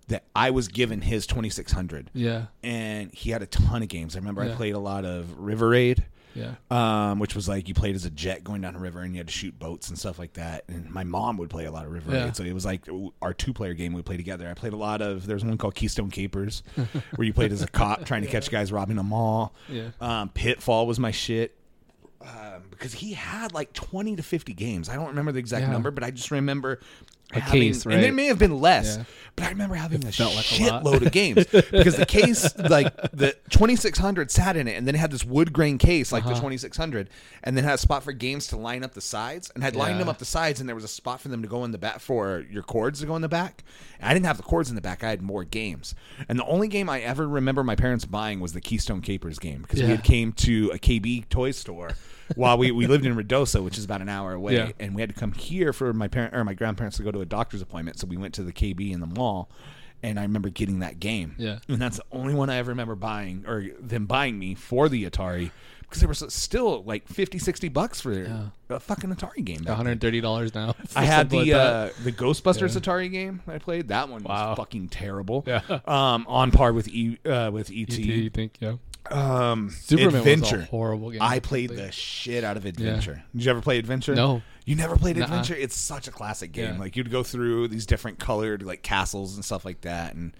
that I was given his 2600, Yeah, and he had a ton of games. I remember I Yeah. played a lot of River Raid. yeah. um, which was like you played as a jet going down a river and you had to shoot boats and stuff like that. And my mom would play a lot of River Yeah. Raid, so it was like our two-player game we play together. I played a lot of. There's one called Keystone (laughs) Capers, where you played as a cop trying to catch guys robbing a mall. Yeah. Um, Pitfall was my shit. Um, because he had like 20 to 50 games. I don't remember the exact Yeah. number, but I just remember A having- case, And right? it may have been less, Yeah. but I remember having a felt like a lot. shitload of games because the case, like the 2600 sat in it and then it had this wood grain case, like Uh-huh. the 2600, and then had a spot for games to line up the sides and had lined them Yeah. up the sides and there was a spot for them to go in the back for your cords to go in the back. And I didn't have the cords in the back. I had more games. And the only game I ever remember my parents buying was the Keystone Capers game because we Yeah. had came to a KB toy store while we, we lived in Redosa, which is about an hour away Yeah. and we had to come here for my parent or my grandparents to go to a doctor's appointment. So we went to the KB in the mall, and I remember getting that game. Yeah. and that's the only one I ever remember buying or them buying me for the Atari because there was still like 50, 60 bucks for a fucking Atari game. One Back. then. hundred thirty dollars (laughs) now. I had Something like the that. uh, the Ghostbusters Atari game I played. That one was Wow. fucking terrible. Yeah. Um, on par with E uh, with ET. Do you think yeah? Um, Superman Adventure. was a horrible game. I played the shit out of Adventure. Did you ever play Adventure? No. You never played Nuh-uh. Adventure? It's such a classic game. Yeah. Like you'd go through these different colored like castles and stuff like that and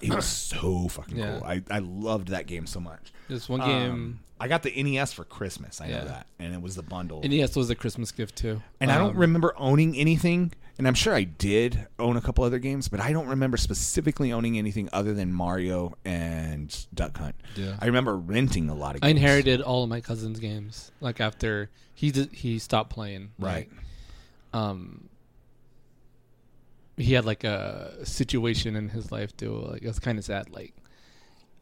it (coughs) was so fucking Yeah. cool. I, I loved that game so much. this one Um, game. I got the NES for Christmas. I Yeah. know that. And it was the bundle. NES E was a Christmas gift too, and I don't Um, remember owning anything. And I'm sure I did own a couple other games, but I don't remember specifically owning anything other than Mario and Duck Hunt. Yeah. I remember renting a lot of I games. inherited all of my cousin's games. Like after he did, he stopped playing. Right. Like, um. He had like a situation in his life too. Like it was kind of sad. Like,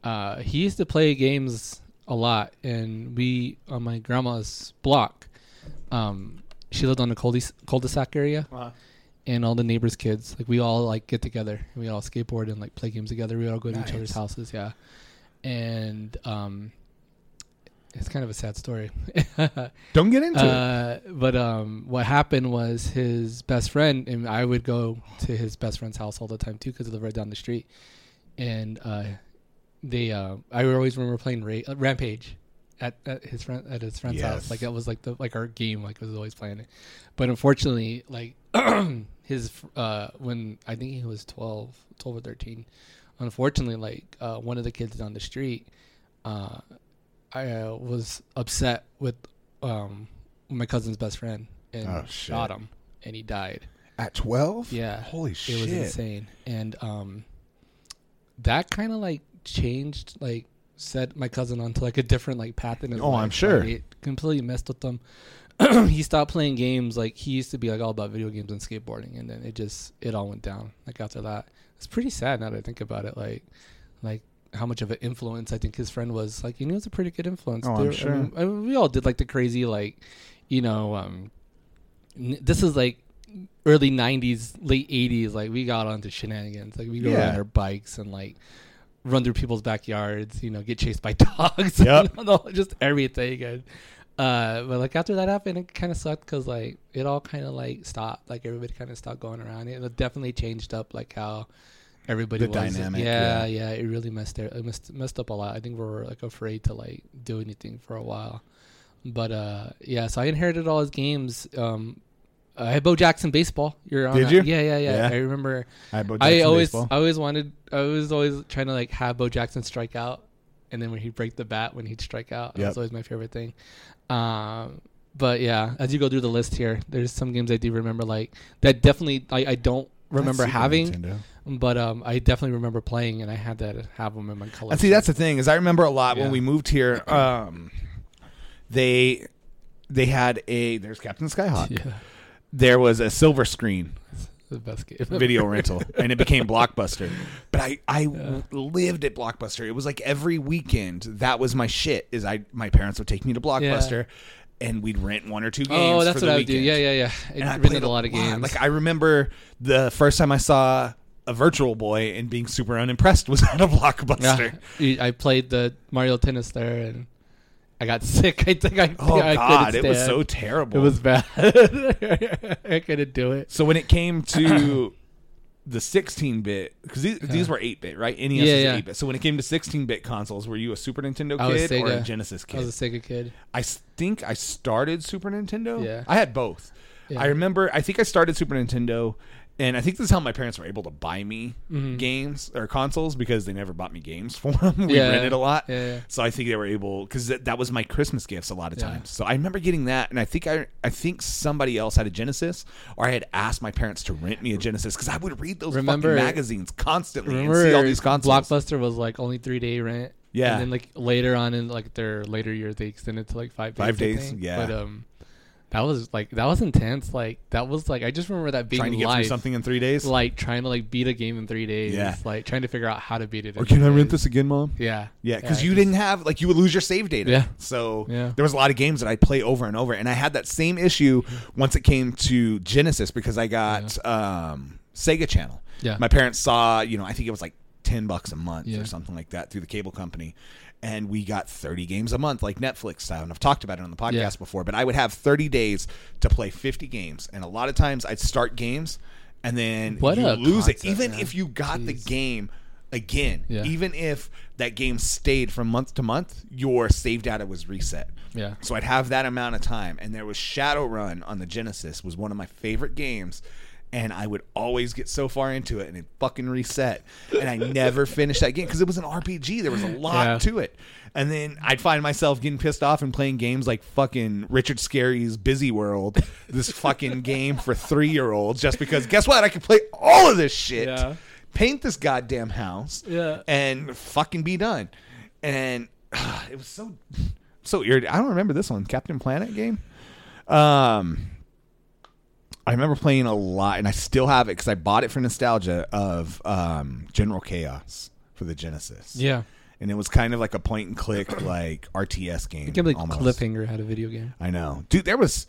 uh, he used to play games a lot, and we on my grandma's block. Um, she lived on the cul-de- cul-de-sac area, and all the neighbors' kids. Like we all like get together. and We all skateboard and like play games together. We all go to each other's Nice. houses. Yeah, and um, it's kind of a sad story. (laughs) Don't get into it. uh, but um, what happened was his best friend and I would go to his best friend's house all the time too because they live right down the street, and uh, they uh, I always remember playing Ra- uh, Rampage. At, at his friend at his friend's Yes. house, like that was like the like our game, like was always playing it. But unfortunately, like (clears throat) his uh when I think he was 12, 12 or thirteen, unfortunately, like uh, one of the kids down the street, uh, I uh, was upset with um my cousin's best friend and Oh, shit. shot him, and he died. At 12? Yeah. Holy shit. It was insane. And um that kind of like changed like set my cousin onto like a different like path in his Oh, life. I'm sure. Like, it completely messed with him. (clears throat) he stopped playing games like he used to be like all about video games and skateboarding and then it just it all went down like after that. It's pretty sad now that I think about it like like how much of an influence I think his friend was like he was a pretty good influence. Oh, I'm There- sure. I mean, I mean, we all did like the crazy like you know um n- this is like early 90s late 80s like we got onto shenanigans like we go Yeah. on our bikes and like run through people's backyards, you know, get chased by (laughs) dogs, Yep. you know, (laughs) just everything. And, uh, but like after that happened, it kind of sucked because like it all kind of like stopped. Like everybody kind of stopped going around it. It definitely changed up like how everybody The was. dynamic, yeah, yeah, It really messed there. It messed messed up a lot. I think we were like afraid to like do anything for a while. But uh, yeah, so I inherited all his games. Um, I had Bo Jackson baseball. You're on Did that. you? Yeah, yeah, Yeah. yeah, I remember. I, had Bo I Jackson always, baseball. I always wanted. I was always trying to like have Bo Jackson strike out, and then when he'd break the bat, when he'd strike out, that Yep. was always my favorite thing. Um, but yeah, as you go through the list here, there's some games I do remember like that. Definitely, I, I don't remember That's Super having, Nintendo. but um, I definitely remember playing, and I had to have them in my collection. And see, that's the thing is, I remember a lot Yeah. when we moved (clears throat) here. Um, they they had a there's Captain Skyhawk. (laughs) yeah, There was a silver (laughs) screen the best game. (laughs) video rental, and it became Blockbuster. But I I Yeah. lived at Blockbuster. It was like every weekend that was my shit. Is I my parents would take me to Blockbuster, and we'd rent one or two games. oh, that's for what the I would weekend. do. Yeah, yeah, yeah. And I I've played been a lot of games. Like I remember the first time I saw a Virtual Boy and being super unimpressed was (laughs) at a Blockbuster. Yeah. (laughs) I played the Mario Tennis there, and I got (laughs) sick. I think I. (laughs) Oh I God, it couldn't was stand. so terrible. It was bad. (laughs) I couldn't do it. so when it came (coughs) to the 16-bit because these, these were 8-bit, right? NES Yeah, is yeah. 8-bit. So when it came to 16-bit consoles, were you a Super Nintendo I was kid or a Sega. Genesis I kid? I, was a Sega kid. s- think I started Super Nintendo. Yeah. I had both. Yeah. I remember. I think I started Super Nintendo. And I think this is how my parents were able to buy me Mm-hmm. games or consoles because they never bought me games (laughs) for them. we Yeah. rented a lot. Yeah. So I think they were able because that, that was my Christmas gifts a lot of Yeah. times. So I remember getting that, and I think I I think somebody else had a Genesis, or I had asked my parents to rent me a Genesis because I would read those Remember- fucking magazines constantly Remember, and see all these consoles. Blockbuster was like only three day rent. Yeah. And then like later on in like their later years, they extended to like five days. Five I days, think. yeah. But um, that was like that was intense. Like that was like I just remember that being Trying to get through life. something in three days. Like trying to like beat a game in three days. Yeah. Like trying to figure out how to beat it. in or can three I rent days. this again, mom? Yeah. Yeah, because Yeah, you just- didn't have like you would lose your save data. Yeah. So Yeah. there was a lot of games that I'd play over and over, and I had that same issue once it came to Genesis because I got um, Sega Channel. Yeah. my parents saw you know I think it was like ten bucks a month Yeah. or something like that through the cable company, and we got thirty games a month like Netflix style. And I've talked about it on the podcast Yeah. before, but I would have thirty days to play fifty games, and a lot of times I'd start games and then What you a lose it, concept, even man. if you got the Jeez. game again, Yeah. even if that game stayed from month to month, your save data was reset. Yeah. So I'd have that amount of time, and there was Shadowrun on the Genesis was one of my favorite games, and I would always get so far into it and it fucking reset, and I (laughs) never finished that game because it was an RPG. There was a lot Yeah. to it, and then I'd find myself getting pissed off and playing games like fucking Richard Scarry's Busy World, this (laughs) fucking game for three year olds, just because guess what? I could play all of this shit Yeah. paint this goddamn house Yeah. and fucking be done. And (sighs) ah, it was so so irritating. I don't remember this one, Captain Planet game. Um I remember playing a lot and I still have it cuz I bought it for nostalgia of um General Chaos for the Genesis. Yeah. And it was kind of like a point and click (clears throat) like RTS game. I can't believe almost. Cliffhanger had a video game. I know. Dude, there was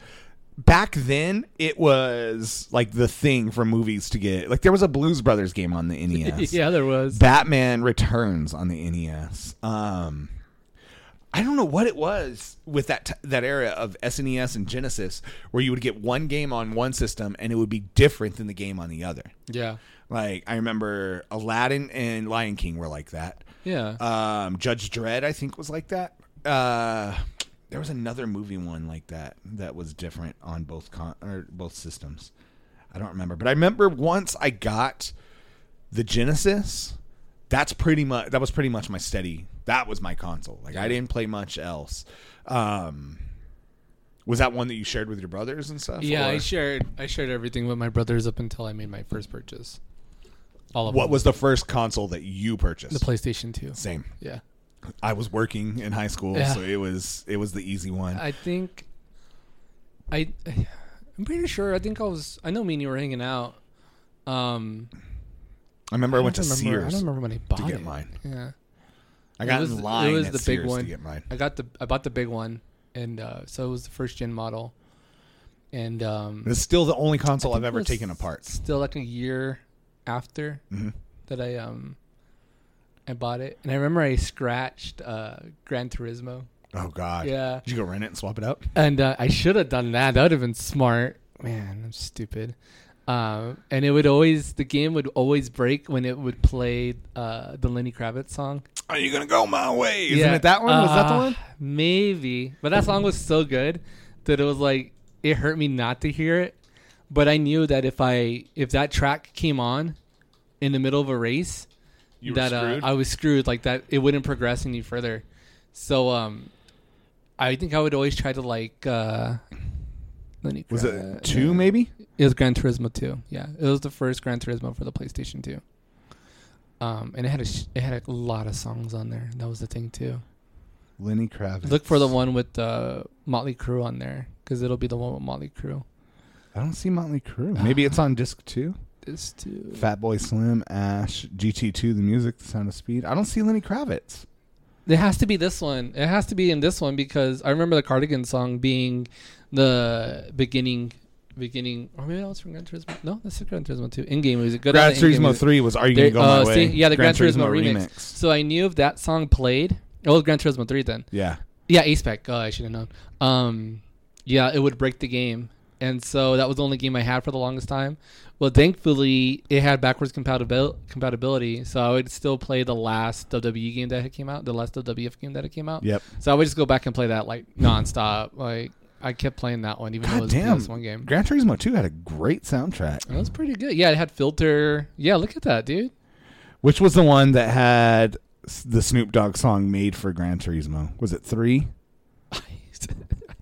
back then it was like the thing for movies to get. Like there was a Blues Brothers game on the E NES. (laughs) yeah, there was. Batman Returns on the NES. Um I don't know what it was with that t- that era of SNES and Genesis where you would get one game on one system and it would be different than the game on the other. yeah. Like I remember Aladdin and Lion King were like that. Yeah. Um, Judge Dredd, I think, was like that. Uh, there was another movie one like that that was different on both con- or both systems. I don't remember, but I remember once I got the Genesis. That's pretty much that was pretty much my steady. That was my console. Like I didn't play much else. Um, was that one that you shared with your brothers and stuff? yeah, I or- shared I shared everything with my brothers up until I made my first purchase. All of what them. was the first console that you purchased? the PlayStation 2. Same. Yeah. I was working in high school, Yeah. so it was it was the easy one. I think I (sighs) I'm pretty sure I think I was I know me and you were hanging out. Um I remember I, went to don't remember, I Sears. don't remember when I bought get it. mine. Yeah. I got It was- in it line was at the big Sears one. to get mine. I got the I bought the big one and uh so it was the first gen model. And um It's still the only console I've think it ever was taken apart. Mm-hmm. Still like a year after Mhm. that I um I bought it, and I remember I scratched uh, Gran Turismo. Oh God. Yeah. Did you go rent it and swap it out? And uh, I should have done that. That would have been smart. Man, I'm stupid. Um, and it would always, the game would always break when it would play uh, the Lenny Kravitz song. Are you gonna go my way? Isn't Yeah. it that one? Was that the Uh, one? Maybe. But that song was so good that it was like, it hurt me not to hear it. But I knew that if I, if that track came on in the middle of a race, You that uh, I was screwed. Like that, it wouldn't progress any further. So, um, I think I would always try to like. Uh, let me was grab it that. two Uh, Yeah. maybe? It was Gran Turismo two. Yeah, it was the first Gran Turismo for the PlayStation two. Um, and it had a sh- it had a lot of songs on there. That was the thing too. Lenny Kravitz. Look for the one with uh, Motley Crue on there because it'll be the one with Motley Crue. I don't see Motley Crue. Maybe it's on disc two. This too. Fat Boy Slim, Ash, GT two, the music, the sound of speed. I don't see Lenny Kravitz. It has to be this one. It has to be in this one because I remember the Cardigan song being the beginning, beginning, or maybe that was from Gran Turismo. No, that's the Gran Turismo too. In game music. Go down Gran to in-game Turismo music. three was Are You There- Gonna Go My uh, Way? see, yeah, the Gran Turismo remix. So I knew if that song played, it was Gran Turismo three then. Yeah. Yeah, Ace Pack. Oh, I should have known. Um, yeah, it would break the game, and so that was the only game I had for the longest time. Well, thankfully, it had backwards compatibil- compatibility, so I would still play the last WWE game that had came out, the last WWF game that had came out. Yep. So I would just go back and play that like nonstop. like I kept playing that one, even though it God was damn. this one game. Gran Turismo two had a great soundtrack. That was pretty good. Yeah, it had filter. Yeah, look at that, dude. (laughs) Which was the one that had s- the Snoop Dogg song made for Gran Turismo? Was it three? I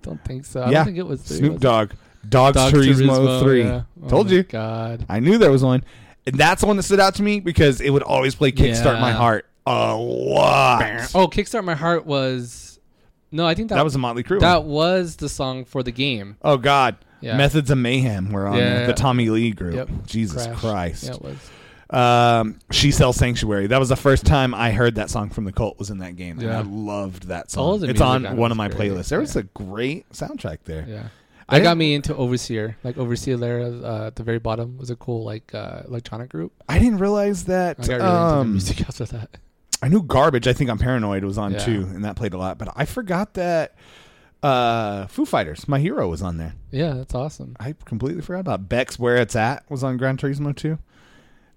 don't think so. I Yeah. don't think it was three, Snoop was it? Dogg, Dogs Dog Turismo, three. yeah. Oh Told my you. God. I knew there was one, and that's the one that stood out to me because it would always play "Kickstart My Yeah. Heart" a lot. Oh, Kickstart My Heart was. No, I think that, That was a Motley Crue. Oh, that one. was the song for the game. Oh God, Yeah. Methods of Mayhem were on Yeah, there. yeah, the yeah. Tommy Lee group. Yep. Jesus Crash. Christ. Yeah, it was. Um, she sells sanctuary. That was the first time I heard that song from the Cult was in that game, and Yeah. I loved that All song. of the It's music on on it one was of my great. playlists. There was a great soundtrack there. Yeah. I I got didn't- me into Overseer. Like Overseer there uh, at the very bottom was a cool like uh, electronic group. I didn't realize I that. got really into the um, music (laughs) after that. I knew garbage. I think I'm paranoid was on Yeah. too, and that played a lot. But I forgot that uh, Foo Fighters, my hero, was on there. Yeah, that's awesome. I completely forgot about Beck's Where It's At was on Gran Turismo 2.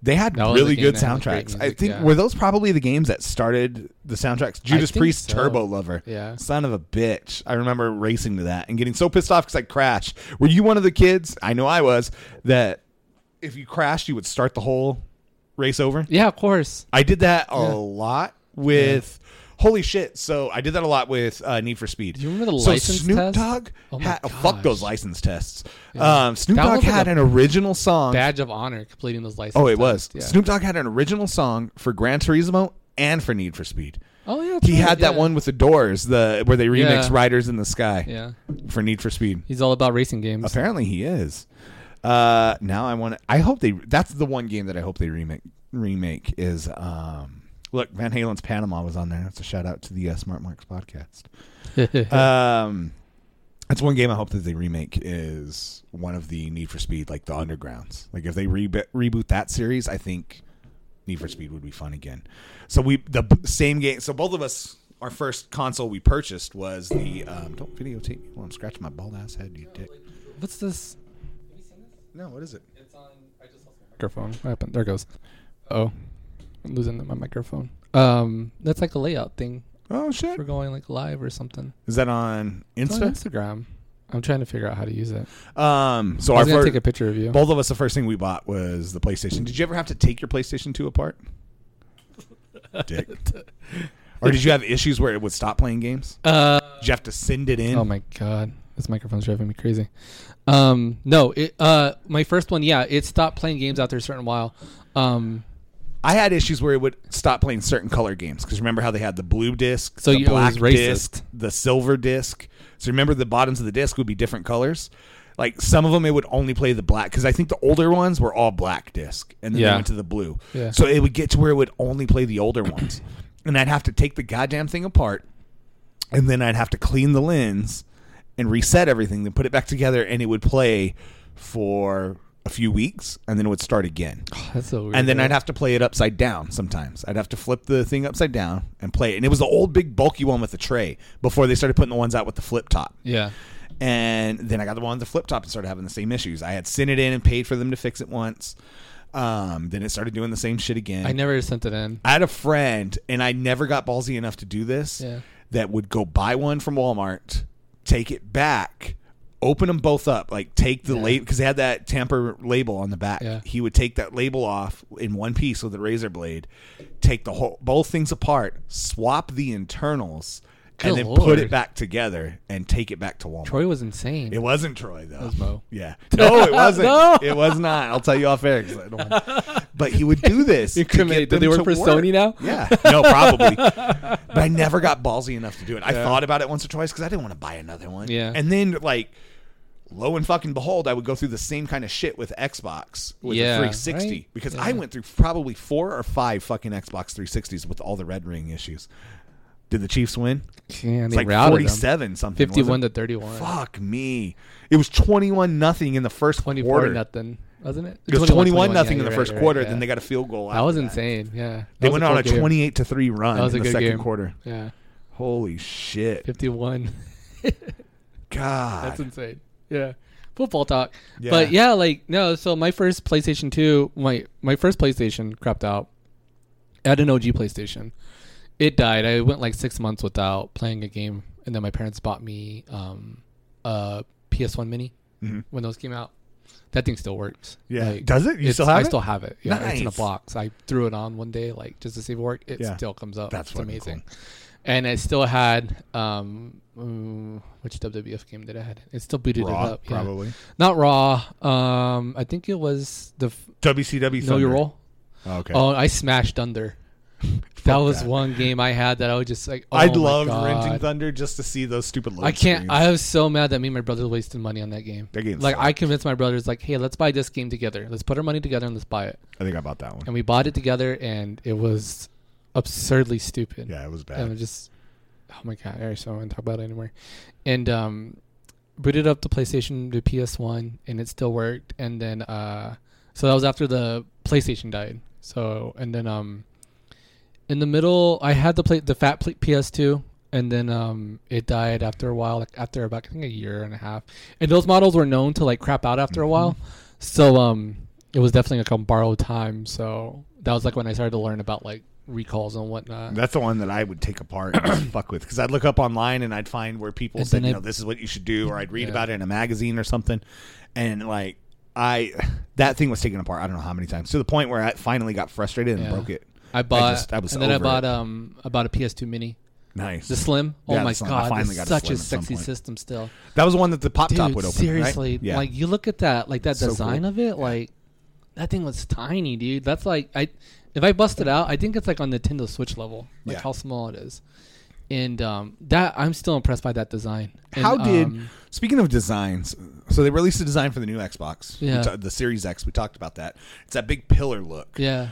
They had That was really a game good that had great soundtracks. I music, think yeah. were those probably the games that started the soundtracks. Judas think Priest, so. Turbo Lover, Yeah. son of a bitch. I remember racing to that and getting so pissed off because I crashed. Were you one of the kids? I know I was. That if you crashed, you would start the whole race over. Yeah, of course. I did that a lot with. Holy shit! So I did that a lot with uh, Need for Speed. Do you remember the so license Snoop test? Dogg Oh my had oh, fuck gosh. those license tests. Yeah. Um, Snoop That Dogg was like had a an original song. Badge of honor completing those licenses. oh, it was Yeah. Snoop Dogg had an original song for Gran Turismo and for Need for Speed. Oh yeah. that's He right, had that yeah. one with the Doors, the where they remixed Yeah. "Riders in the Sky" Yeah. for Need for Speed. He's all about racing games. Apparently, he is. Uh, now I want to. I hope they. That's the one game that I hope they remake. Remake is. Um, look, Van Halen's Panama was on there. That's a shout out to the uh, Smart Marks podcast. Um, that's one game I hope that they remake is one of the Need for Speed, like the Undergrounds. Like if they re- reboot that series, I think Need for Speed would be fun again. So we the b- same game. So both of us, our first console we purchased was the. Um, don't videotape me while I'm scratching my bald ass head, you dick. (laughs) What's this? No, what is it? It's on. I just lost my microphone. What happened? There it goes. Oh, I'm losing my microphone. Um, that's like a layout thing Oh shit! for going like live or something. Is that on It's Insta? on Instagram. I'm trying to figure out how to use it. Um, so I our was gonna first, take a picture of you. both of us, the first thing we bought was the PlayStation. Did you ever have to take your PlayStation Two (laughs) apart? Dick. or did you have issues where it would stop playing games? Uh, Did you have to send it in? oh my god, this microphone's driving me crazy. Um, no, it. Uh, my first one, yeah, it stopped playing games after a certain while. Um, I had issues where it would stop playing certain color games because remember how they had the blue disc, So the you- it black was racist. disc, the silver disc. So remember the bottoms of the disc would be different colors. Like some of them, it would only play the black because I think the older ones were all black disc, and then they Yeah. went to the blue. Yeah. So it would get to where it would only play the older (coughs) ones, and I'd have to take the goddamn thing apart, and then I'd have to clean the lens and reset everything, then put it back together, and it would play for a few weeks and then it would start again. (sighs) (sighs) That's so weird. And then though. I'd have to play it upside down sometimes. I'd have to flip the thing upside down and play it. And it was the old big bulky one with the tray before they started putting the ones out with the flip top. Yeah. And then I got the one with the flip top and started having the same issues. I had sent it in and paid for them to fix it once. Um, then it started doing the same shit again. I never sent it in. I had a friend, and I never got ballsy enough to do this. Yeah. That would go buy one from Walmart, take it back, open them both up, like take the Yeah. label because they had that tamper label on the back. Yeah. He would take that label off in one piece with a razor blade, take the whole both things apart, swap the internals, and Good then put it lord. back together and take it back to Walmart. Troy was insane. It wasn't Troy though. It was Mo. Yeah. No, it wasn't. (laughs) No. It was not. I'll tell you off air. 'cause I don't (laughs) want- But he would do this. to Incriminate. get Do they them work to for Sony now? Yeah. No, (laughs) probably. but I never got ballsy enough to do it. I thought about it once or twice because I didn't want to buy another one. Yeah. And then like. Lo and fucking behold, I would go through the same kind of shit with Xbox with Yeah, the 360 right? because Yeah. I went through probably four or five fucking Xbox 360s with all the red ring issues. Did the Chiefs win? Yeah, It's they like routed him. 47 something. wasn't it? 51 to 31. Fuck me. It was 21 nothing in the first 24 quarter. nothing, wasn't it? It was 21, nothing in the first quarter. Then they got. got a field goal. That was after insane. Yeah. That They was went on cool a game. 28 to 3 run That was a in the good second game. quarter. Yeah. Holy shit. 51. God. That's insane. Yeah. Football talk. Yeah. But yeah, like no, so my first PlayStation 2, my my first PlayStation crapped out. I had an OG PlayStation. It died. I went like 6 months without playing a game and then my parents bought me um a PS1 mini Mhm. when those came out. That thing still works. Yeah. Like, Does it? You it's- still have I it? still have it. Yeah, it's in a Nice. box. I threw it on one day, like just to see if it worked. It Yeah. still comes up. That's That's it's fucking amazing. And it still had um, mm, which WWF game did I had? It still booted Raw, it up. yeah. probably. Not Raw. Um, I think it was the f- WCW. Know Thunder. Your Role. Okay. Oh, I smashed (laughs) Thunder. that was that. one game I had that I was just like, oh I my loved God. renting Thunder just to see those stupid load I can't. screens. I was so mad that me and my brother wasted money on that game. That game like sucked. I convinced my brothers, like, hey, let's buy this game together. Let's put our money together and let's buy it. I think I bought that one. and we bought it together, and it was absurdly stupid. Yeah, it was and I'm bad. just, oh my god, all right, so I don't want to talk about it anymore. And um, booted up the PlayStation to PS1, and it still worked. And then, uh, so that was after the PlayStation died. So, and then, um, in the middle, I had the play the fat pl- PS2, and then um, it died after a while, like after about I think a year and a half. And those models were known to like crap out after a while, so um, it was definitely like on borrowed time. So that was like when I started to learn about like recalls and whatnot. That's the one that I would take apart and just (coughs) fuck with because I'd look up online and I'd find where people And said, then you I- know, this is what you should do, or I'd read Yeah. about it in a magazine or something, and like I, that thing was taken apart. I don't know how many times to the point where I finally got frustrated and Yeah. broke it. I bought, just- I was and then I over bought it. um, I bought a PS2 Mini, Nice. the Slim. Oh Yeah, my the Slim. I god, finally that's got a such Slim a at some sexy point. system still. that was the one that the pop Dude, top would open. right? seriously, Yeah. like you look at that, like that So design cool. of it, like that thing was tiny, dude. That's like I, if I bust it out, I think it's like on Nintendo Switch level, like Yeah. how small it is. And um, that I'm still impressed by that design. And, How did um, speaking of designs? So they released a design for the new Xbox, We Yeah. ta- the Series X. We talked about that. It's that big pillar look. yeah,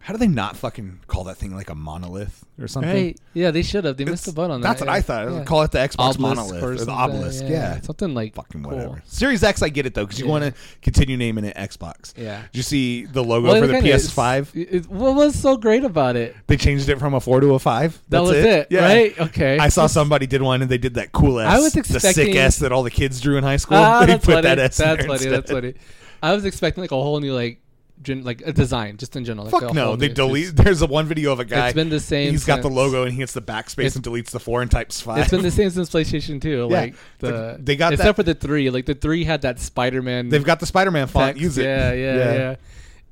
How do they not fucking call that thing like a monolith or something? right, yeah, they should have. They missed the It's- butt on that's that. what I thought. I was Call it the Xbox monolith or or the something, obelisk. Yeah, something like fucking cool. whatever. Series X, I get it though because you Yeah. want to continue naming it Xbox. Yeah. Did you see the logo Well, for it the kinda is- PS5? it- it- what was so great about it? They changed it from a four to a five. That That's was it, right? Okay. I (laughs) saw somebody did one and they did that cool S. I was the sick expecting- S that all the kids drew in high school. (laughs) Ah, they that's put funny. that S. in that's there funny. That's instead. funny. I was expecting like a whole new like, gen, like a design just in general. Like Fuck a no! whole They new- delete. There's a one video of a guy. It's been the same He's got the since- logo and he hits the backspace It's- and deletes the four and types five. It's been the same since PlayStation Two. (laughs) Yeah. Like It's the like, they got except that- for the three. Like the three had that Spider (laughs) Man. They've got the Spider-Man font. Use it. Yeah, yeah, yeah.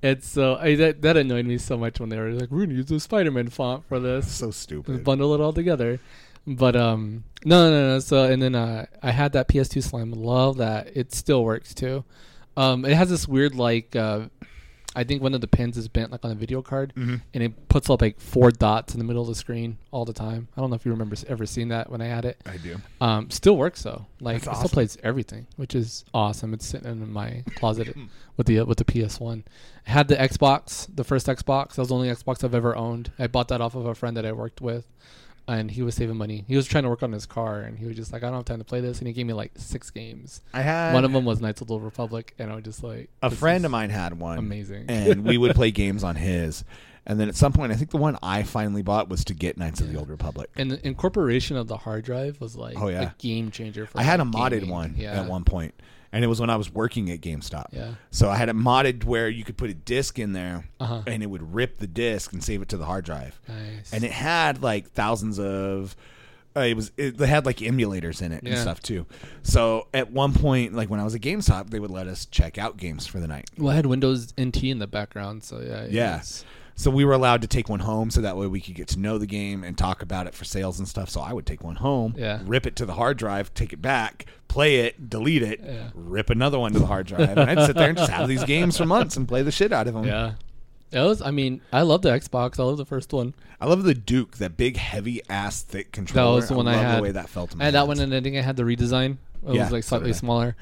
It's so I, that that annoyed me so much when they were like, "We're gonna use the Spider Man font for this." So stupid. bundle it all together. But um, no, no, no. So and then uh, I had that PS2 Slim. Love that. It still works too. Um, it has this weird like uh, I think one of the pins is bent like on a video card, and it puts up like four dots in the middle of the screen all the time. I don't know if you remember s- ever seeing that when I had it. I do. Um, still works though. Like That's it awesome. still plays everything, which is awesome. It's sitting (laughs) in my closet with the with the PS1. I had the Xbox, the first Xbox. That was the only Xbox I've ever owned. I bought that off of a friend that I worked with. and he was saving money. He was trying to work on his car, and he was just like, "I don't have time to play this." And he gave me like six games. I had One of them was Knights of the Old Republic, and I was just like, Uh, a this friend is of mine had one. Amazing. (laughs) And we would play games on his. And then at some point, I think the one I finally bought was to get Knights of the Old Republic. And the incorporation of the hard drive was like Oh, yeah. a game changer for I had a like, modded gaming. one yeah. at one point, and it was when I was working at GameStop. Yeah. So I had it modded where you could put a disc in there, Uh-huh. and it would rip the disc and save it to the hard drive. Nice. And it had like thousands of. Uh, it was it, they had like emulators in it and Yeah. stuff too. So at one point, like when I was at GameStop, they would let us check out games for the night. well, I had Windows NT in the background, so yeah. it Yeah. was- So we were allowed to take one home, so that way we could get to know the game and talk about it for sales and stuff. So I would take one home, Yeah. rip it to the hard drive, take it back, play it, delete it, Yeah. rip another one to the hard drive, and I'd sit there and just have these games for months and play the shit out of them. Yeah. It was. I mean, I love the Xbox. I love the first one. I love the Duke, that big, heavy ass, thick That controller. was the one I, love had. The way that felt. In my I had that hands. one, and I think I had the redesign. It Yeah, was like so slightly did I. smaller.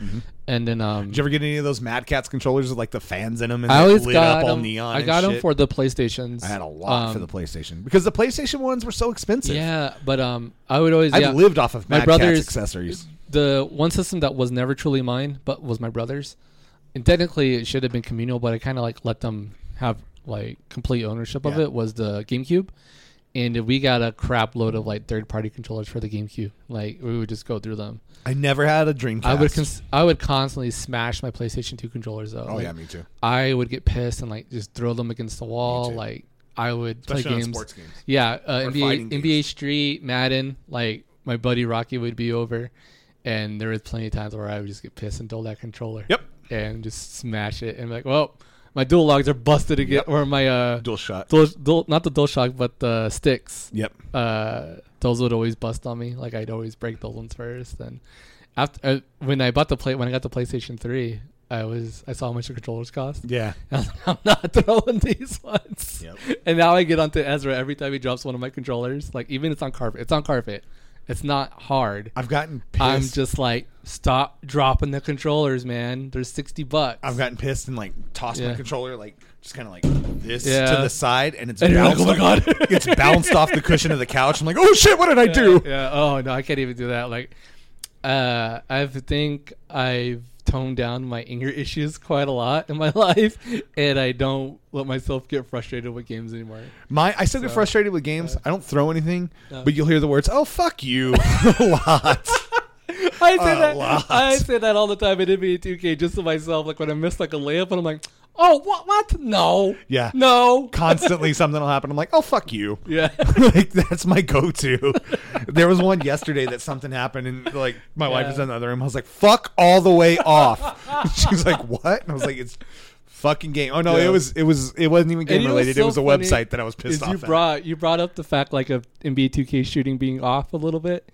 And then um, Did you ever get any of those Mad Cats controllers with like the fans in them and I they always lit got up all them. neon? I and got them shit? for the PlayStations. I had a lot for Um, the PlayStation because the PlayStation ones were so expensive. Yeah, but um, I would always. I've yeah. lived off of My Mad Cats brother's- accessories. the one system that was never truly mine, but was my brother's, and technically it should have been communal, but I kind of like let them have like complete ownership of Yeah. it. Was the GameCube, and we got a crap load of like third party controllers for the GameCube. Like we would just go through them. I never had a Dreamcast. I would cons- I would constantly smash my PlayStation Two controllers though. oh Like, yeah, me too. I would get pissed and like just throw them against the wall. too. Like I would Especially play on games. sports games. Yeah, uh, Or NBA fighting games. NBA Street, Madden. Like my buddy Rocky would be over, and there was plenty of times where I would just get pissed and throw that controller. Yep. And just smash it and be like, well, my dual logs are busted again, Yep. or my uh, Dual shot. dual, dual, not the dual shock, but the sticks. Yep. Uh, those would always bust on me. Like I'd always break those ones first. And after uh, when I bought the play, when I got the PlayStation Three, I was I saw how much the controllers cost. Yeah. (laughs) I'm not throwing these ones. Yep. And now I get onto Ezra every time he drops one of my controllers. Like even it's on carpet. It's on carpet. It's not hard. I've gotten pissed. I'm just like, stop dropping the controllers, man. There's sixty bucks. I've gotten pissed and like tossed my Yeah. controller like just kind of like this to Yeah. the side and it's (laughs) And you're like, bounced "Oh my off- God." (laughs) (laughs) it's bounced off the cushion of the couch. I'm like, "Oh shit, what did I do?" Yeah. Oh no, I can't even do that. Like, uh, I think I've toned down my anger (laughs) issues quite a lot in my (laughs) life, and I don't let myself get frustrated with games anymore. My I still get frustrated with games. I don't throw anything, No. but you'll hear the words, "Oh fuck you." (laughs) a lot. I say A that. lot. I say that all the time in NBA 2K just to myself. Like when I miss like a layup, and I'm like, "Oh, what? What? No. Yeah. No. Constantly something will happen. I'm like, "Oh fuck you." (laughs) yeah. (laughs) like that's my go-to. there was one yesterday that something happened, and like my wife Yeah. was in the other room. I was like, "Fuck all the way off." (laughs) she was like, "What?" And I was like, "It's fucking game." Oh no, Yeah. it was it was it wasn't even game you know what's related. it so was a funny website that I was pissed Is off you at. brought you brought up the fact like of NBA 2K shooting being off a little bit,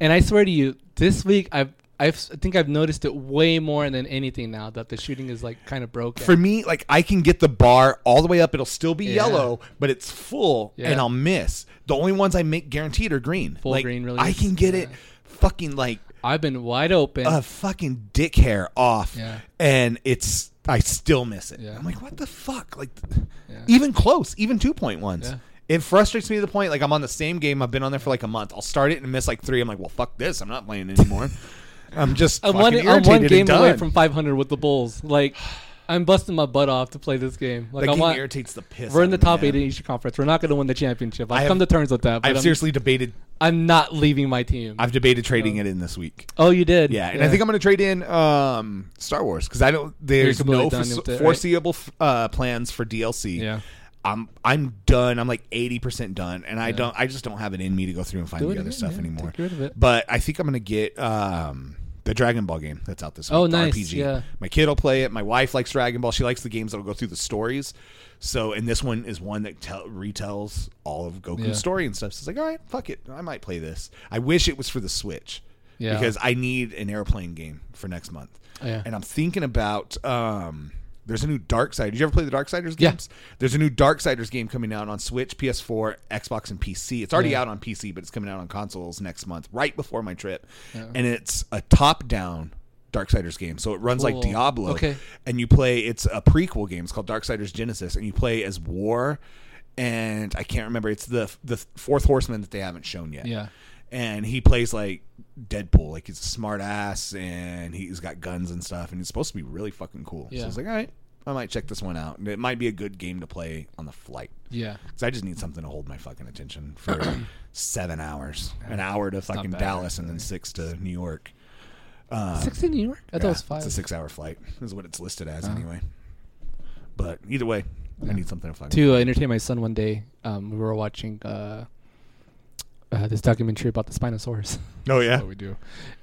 and I swear to you, this week I've. I've, I think I've noticed it way more than anything now that the shooting is like kind of broken. For me, like I can get the bar all the way up; it'll still be Yeah. yellow, but it's full, Yeah. and I'll miss. The only ones I make guaranteed are green. Full like, green I release, can get it, yeah. fucking like I've been wide open. a fucking dick hair off Yeah. and it's I still miss it. Yeah. I'm like, what the fuck? Like Yeah. even close, even two point ones. Yeah. It frustrates me to the point like I'm on the same game, I've been on there for like a month. I'll start it and miss like three. I'm like, well fuck this, I'm not playing anymore. (laughs) I'm just I'm fucking one, I'm irritated one and game away done. from 500 with the Bulls. Like, I'm busting my butt off to play this game. Like, that I game want, irritates the piss. We're in out the of me, top man. eight in each conference. We're not going to win the championship. I've I have- come to terms with that. But I've I'm, seriously debated I'm not leaving my team. I've debated trading it in this week. oh, you did. Yeah, and I think I'm going to trade in um, Star Wars because I don't. There's completely no done fo- with it, right? foreseeable f uh, plans for DLC. Yeah. I'm I'm done. I'm like eighty percent done, and I Yeah. don't. I just don't have it in me to go through and find Do the it other again, stuff yeah. anymore. Take rid of it. But I think I'm going to get um, the Dragon Ball game that's out this week. Oh, the nice, RPG. yeah. My kid will play it. My wife likes Dragon Ball. She likes the games that'll go through the stories. So, and this one is one that tell, retells all of Goku's Yeah. story and stuff. So it's like, all right, fuck it. I might play this. I wish it was for the Switch. Yeah. Because I need an airplane game for next month. Oh, Yeah. And I'm thinking about um there's a new Darksiders. Did you ever play the Darksiders Yeah. games? There's a new Darksiders game coming out on Switch, PS4, Xbox, and PC. It's already Yeah. out on PC, but it's coming out on consoles next month, right before my trip. Yeah. And it's a top down Darksiders game. So it runs like Cool. Diablo. Okay. And you play it's a prequel game. It's called Darksiders Genesis, and you play as War and I can't remember. It's the the fourth horseman that they haven't shown yet. Yeah. and he plays like Deadpool, like he's a smart ass and he's got guns and stuff, and it's supposed to be really fucking cool. So Yeah. I was like, all right, I might check this one out. And it might be a good game to play on the flight Yeah. because I just need something to hold my fucking attention for (clears throat) seven hours, an hour to fucking bad, Dallas and then six to New York. Um, Six in New York? I thought it was Uh, Yeah, five. It's Uh-huh. a six-hour flight. Is what it's listed as anyway. But either way, I need something to fucking. to uh, entertain my son one day, um, we were watching uh, uh, this documentary about the Spinosaurus. (laughs) Oh yeah. what we do.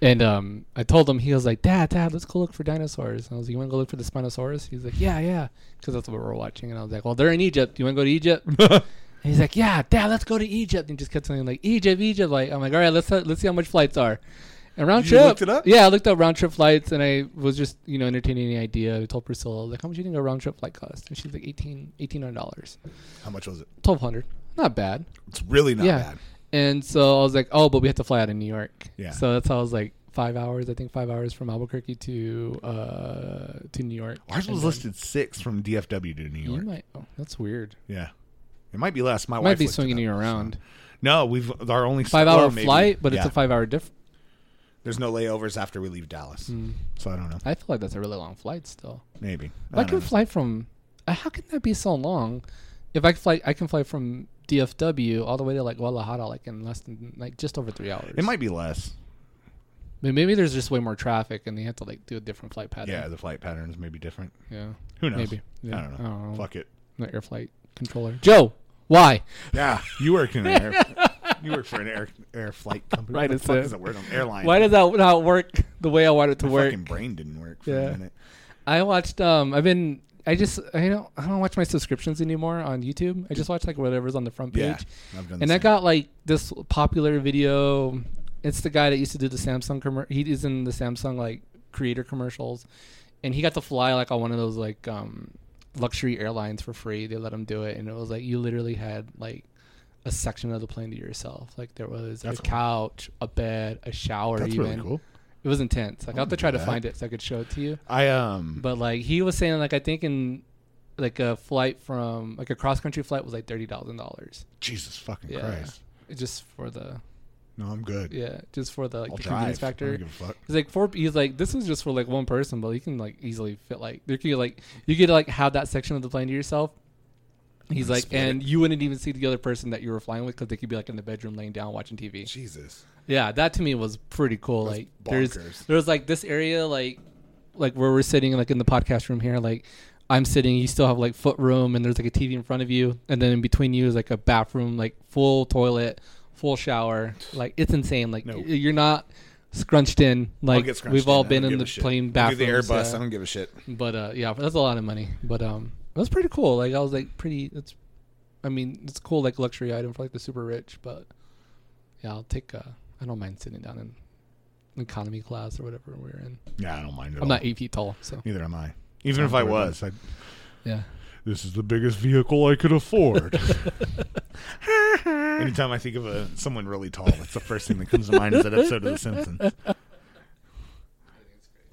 And um, I told him, he was like, Dad, Dad, let's go look for dinosaurs. And I was like, You want to go look for the Spinosaurus? He's like, Yeah, yeah. Because that's what we're watching. And I was like, Well, they're in Egypt. Do you want to go to Egypt? and he's like, Yeah, Dad, let's go to Egypt. And he just kept saying, like, Egypt, Egypt. Like, I'm like, All right, let's, let's see how much flights are. And round You trip. looked it up? Yeah, I looked up round trip flights and I was just, you know, entertaining the idea. I told Priscilla, like, how much do you think a round trip flight cost? And she's like, 18 $1,800. (laughs) How much was it? 1200 Not bad. It's really not Yeah. bad. And so I was like, oh, but we have to fly out of New York. Yeah. So that's how I was like five hours. I think five hours from Albuquerque to uh to New York. Ours And was then- listed six from DFW to New You York. might. Oh, that's weird. Yeah, it might be less. My might wife be looked it swinging up, you so. around. No, we've our only Five well, hour maybe- flight, but it's yeah. a five hour diff. There's no layovers after we leave Dallas, so I don't know. Hmm. I feel like that's a really long flight still. Maybe If I, can fly from. uh, How can that be so long? If I can fly, I can fly from DFW all the way to like Guadalajara, like in less than like just over three hours. It might be less. But maybe there's just way more traffic, and they have to like do a different flight pattern. Yeah, the flight patterns may be different. Yeah. Who knows? Maybe. Oh. I don't know. Fuck it. not your flight controller. Joe, why? Yeah, you work in an air. (laughs) you work for an air air flight company. Right, what it's the fuck a- is the word on airline? Why does that not work the way I want it to My work? fucking brain didn't work for Yeah. a minute? I watched. Um, I've been. I just. I don't. I don't watch my subscriptions anymore on YouTube. I just watch like whatever's on the front page. Yeah, I've done. the and I same. got like this popular video. It's the guy that used to do the Samsung commercial. He is in the Samsung like creator commercials, and he got to fly like on one of those like um, luxury airlines for free. They let him do it, and it was like you literally had like a section of the plane to yourself. Like there was That's a cool. couch, a bed, a shower. That's even. really cool. Oh, It was intense. Like I will have to do try to that. find it so I could show it to you. I um. But like he was saying, like I think in like a flight from like a cross country flight was like thirty thousand dollars. Jesus fucking Yeah. Christ. Just for the No, I'm good. yeah, just for the like I'll the drive. convenience I factor. don't give a fuck. He's like four. He's like this was just for like one person, but you can like easily fit like there could like you could like have that section of the plane to yourself. He's like, Split and you wouldn't even see the other person that you were flying with because they could be like in the bedroom laying down watching TV. Jesus. Yeah, that to me was pretty cool. That's like bonkers. there's there's like this area like like where we're sitting like in the podcast room here like I'm sitting, you still have like foot room and there's like a TV in front of you and then in between you is like a bathroom, like full toilet, full shower. Like it's insane. Like No. y- you're not scrunched in like I'll get scrunched we've all I been don't in give the a shit. plane I'll do bathrooms. the Airbus. yeah. I don't give a shit. But uh, yeah, that's a lot of money. But um, it was pretty cool. Like I was like pretty. It's, I mean, it's cool like luxury item for like the super rich. But yeah, I'll take. Uh, I don't mind sitting down in economy class or whatever we're in. Yeah, I don't mind at I'm all. not e- eight feet tall, so Neither am I. Even if I was, I'd, yeah. this is the biggest vehicle I could (laughs) afford. Anytime I think of a, someone really tall, that's the first thing that comes to mind is that episode of The (laughs) Simpsons.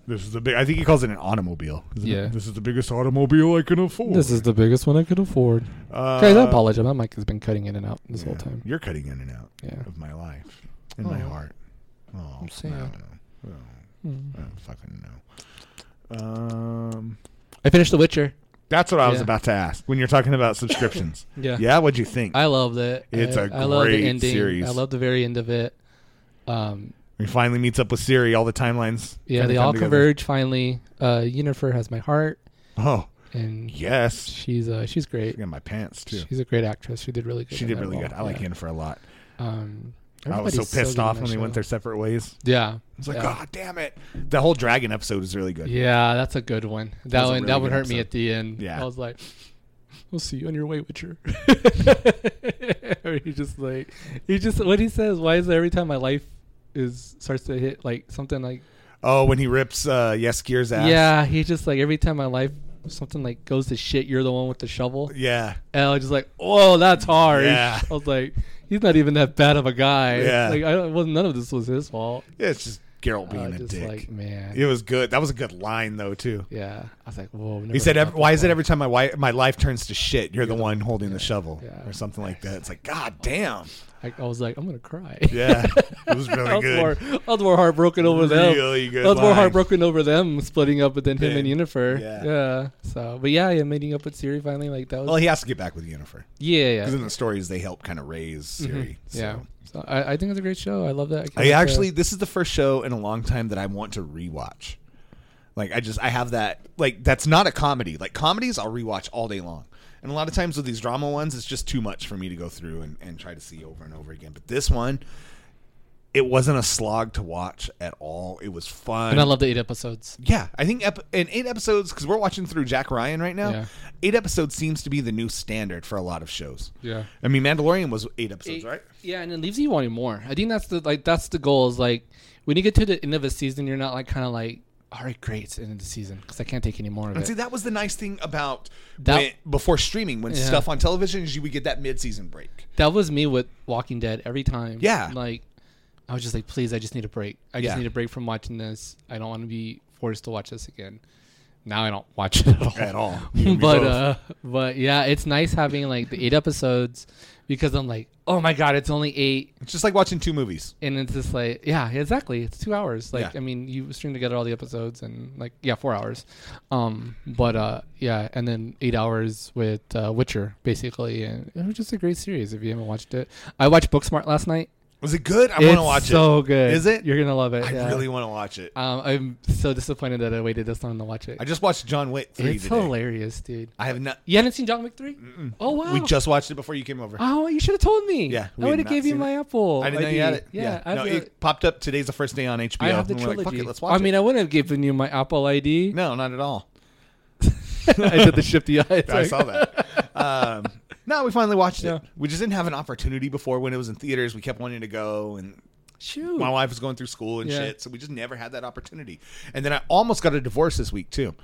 This is the big. I think he calls it an automobile. isn't it? Yeah. This is the biggest automobile I can afford. the biggest one I could afford. Uh, Guys, I apologize. My mic has been cutting in and out this whole yeah. time. You're cutting in and out Yeah. of my life, in my Oh. heart. Oh, I'm sad. I don't know. I don't- I don't fucking know. Um, I finished The Witcher. that's what I was Yeah. about to ask when you're talking about subscriptions. (laughs) Yeah. yeah, what'd you think? I loved it. It's I, a I love great the ending. series. I love the very end of it. Um, He finally meets up with Siri. All the timelines. yeah, kinda they come all together. converge finally. Uh, Unifer has my heart, Oh and yes, She's uh, she's great. I got my pants too. She's a great actress. She did really good. She in did that really role. good. I like yeah. Yennefer a lot. Um, I was so everybody's pissed good in off that when they went show. their separate ways. Yeah, I was like, yeah. God damn it! The whole dragon episode is really good. Yeah, that's a good one. That was a one really that one good hurt me episode. at the end. Yeah. I was like, "We'll see you on your (laughs) (laughs) way, Witcher." he just like he just what he says. Why is it every time my life is starts to hit like something like Oh, when he rips uh, Yes Gear's ass. yeah he just like every time my life something like goes to shit you're the one with the shovel Yeah. And I was just like, "Whoa, that's harsh." (laughs) Yeah. I was like, "He's not even that bad of a guy." Yeah. Like, I don't, well, none of this was his fault. Yeah, it's just Geralt being Oh, I a just dick. like man. it was good. That was a good line though too. Yeah, I was like, whoa. He said, "Ev- "Why is it every time my wife, my life turns to shit, you're, the, one holding the shovel yeah. or something like that?" It's like, God damn, I, I was like, I'm gonna cry. (laughs) yeah, it was I really was, more, good. I was more heartbroken over them. Really I good. was more line. heartbroken over them splitting up, but then him Then- and Unifer. yeah. Yeah. So, but yeah, yeah, meeting up with Siri finally, like that was. Well, he has to get back with Unifer yeah, yeah. Mm-hmm. because in the stories they help kind of raise Siri. So. Yeah. So I, I think it's a great show. I love that. I actually, this is the first show in a long time that I want to rewatch. Like, I just, I have that. Like, that's not a comedy. Like, comedies I'll rewatch all day long. And a lot of times with these drama ones, it's just too much for me to go through and, and try to see over and over again. But this one, it wasn't a slog to watch at all. It was fun. and I love the eight episodes. yeah, I think ep- in eight episodes, because we're watching through Jack Ryan right now, Yeah. eight episodes seems to be the new standard for a lot of shows. Yeah. I mean, Mandalorian was eight episodes, right? Yeah, and it leaves you wanting more. I think that's the like that's the goal. Is like when you get to the end of a season, you're not like kind of like, all right, great, it's the end of the season because I can't take any more of And see, it. that was the nice thing about That- when, before streaming, when Yeah. stuff on television is you would get that mid-season break. That was me with Walking Dead every time. Yeah. Like, I was just like, please, I just need a break. I just Yeah. need a break from watching this. I don't want to be forced to watch this again. Now I don't watch it at all. (laughs) At all. but uh but yeah it's nice having like the eight episodes because i'm like oh my god it's only eight it's just like watching two movies. and it's just like yeah exactly it's two hours like Yeah. i mean you string together all the episodes and like yeah four hours um but uh yeah and then eight hours with uh witcher basically and it was just a great series if you haven't watched it i watched booksmart last night Was it good? I want to watch so good Is it? you're gonna love it it. yeah. I really want to watch it. um i'm so disappointed that i waited this long to watch it I just watched John Wick three it's today. hilarious dude I have not. you haven't seen john wick 3 oh wow We just watched it before you came over. Oh, you should have told me. Yeah, we I would had have not gave you seen my Apple. I didn't know you had it. Yeah, I, no, have the, it popped up. Today's the first day on HBO. I have the and we're trilogy. like, fuck it, let's watch I mean, it. I wouldn't have given you my Apple (laughs) ID. no, not at all. (laughs) I did the ship (laughs) the eyes. I saw (laughs) that. Um, no, we finally watched Yeah. it. We just didn't have an opportunity before when it was in theaters. We kept wanting to go, and Shoot. my wife was going through school and Yeah. shit, so we just never had that opportunity. And then I almost got a divorce this week too,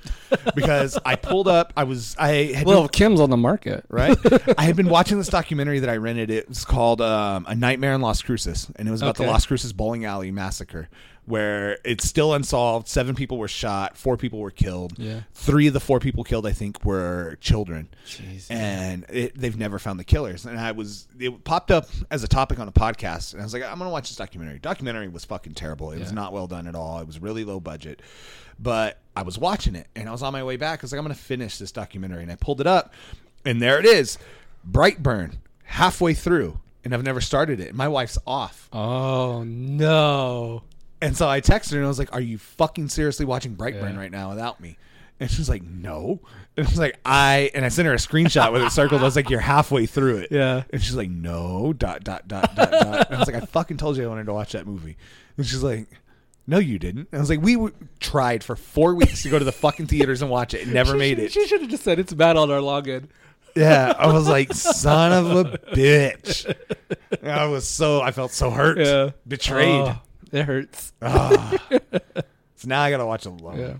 because I pulled up. I was I had well, been- if Kim's on the market. right. I had been watching this documentary that I rented. It was called um, "A Nightmare in Las Cruces," and it was about the Okay. Las Cruces bowling alley massacre, where it's still unsolved. Seven people were shot. Four people were killed. Yeah. Three of the four people killed, I think, were children Jeez. and it, they've never found the killers. And I was, it popped up as a topic on a podcast, and I was like, I'm gonna watch this documentary. Documentary was fucking terrible. It was Yeah. not well done at all. It was really low budget, but I was watching it, and I was on my way back. I was like, I'm gonna finish this documentary, and I pulled it up, and there it is, Brightburn, halfway through, and I've never started it. My wife's off, Oh no. and so I texted her, and I was like, Are you fucking seriously watching Brightburn Yeah. right now without me? And she was like, no. And I was like, I, and I sent her a screenshot with it circled. I was like, you're halfway through it. Yeah. And she's like, no, dot, dot, dot, dot, dot. And I was like, I fucking told you I wanted to watch that movie. And she's like, no, you didn't. And I was like, we w- tried for four weeks to go to the fucking theaters and watch it and never She made should- it. She should have just said it's bad on our login. Yeah. I was like, son of a bitch. And I was so, I felt so hurt, Yeah. betrayed. Oh, it hurts. Ah. So now I got to watch it alone. Yeah.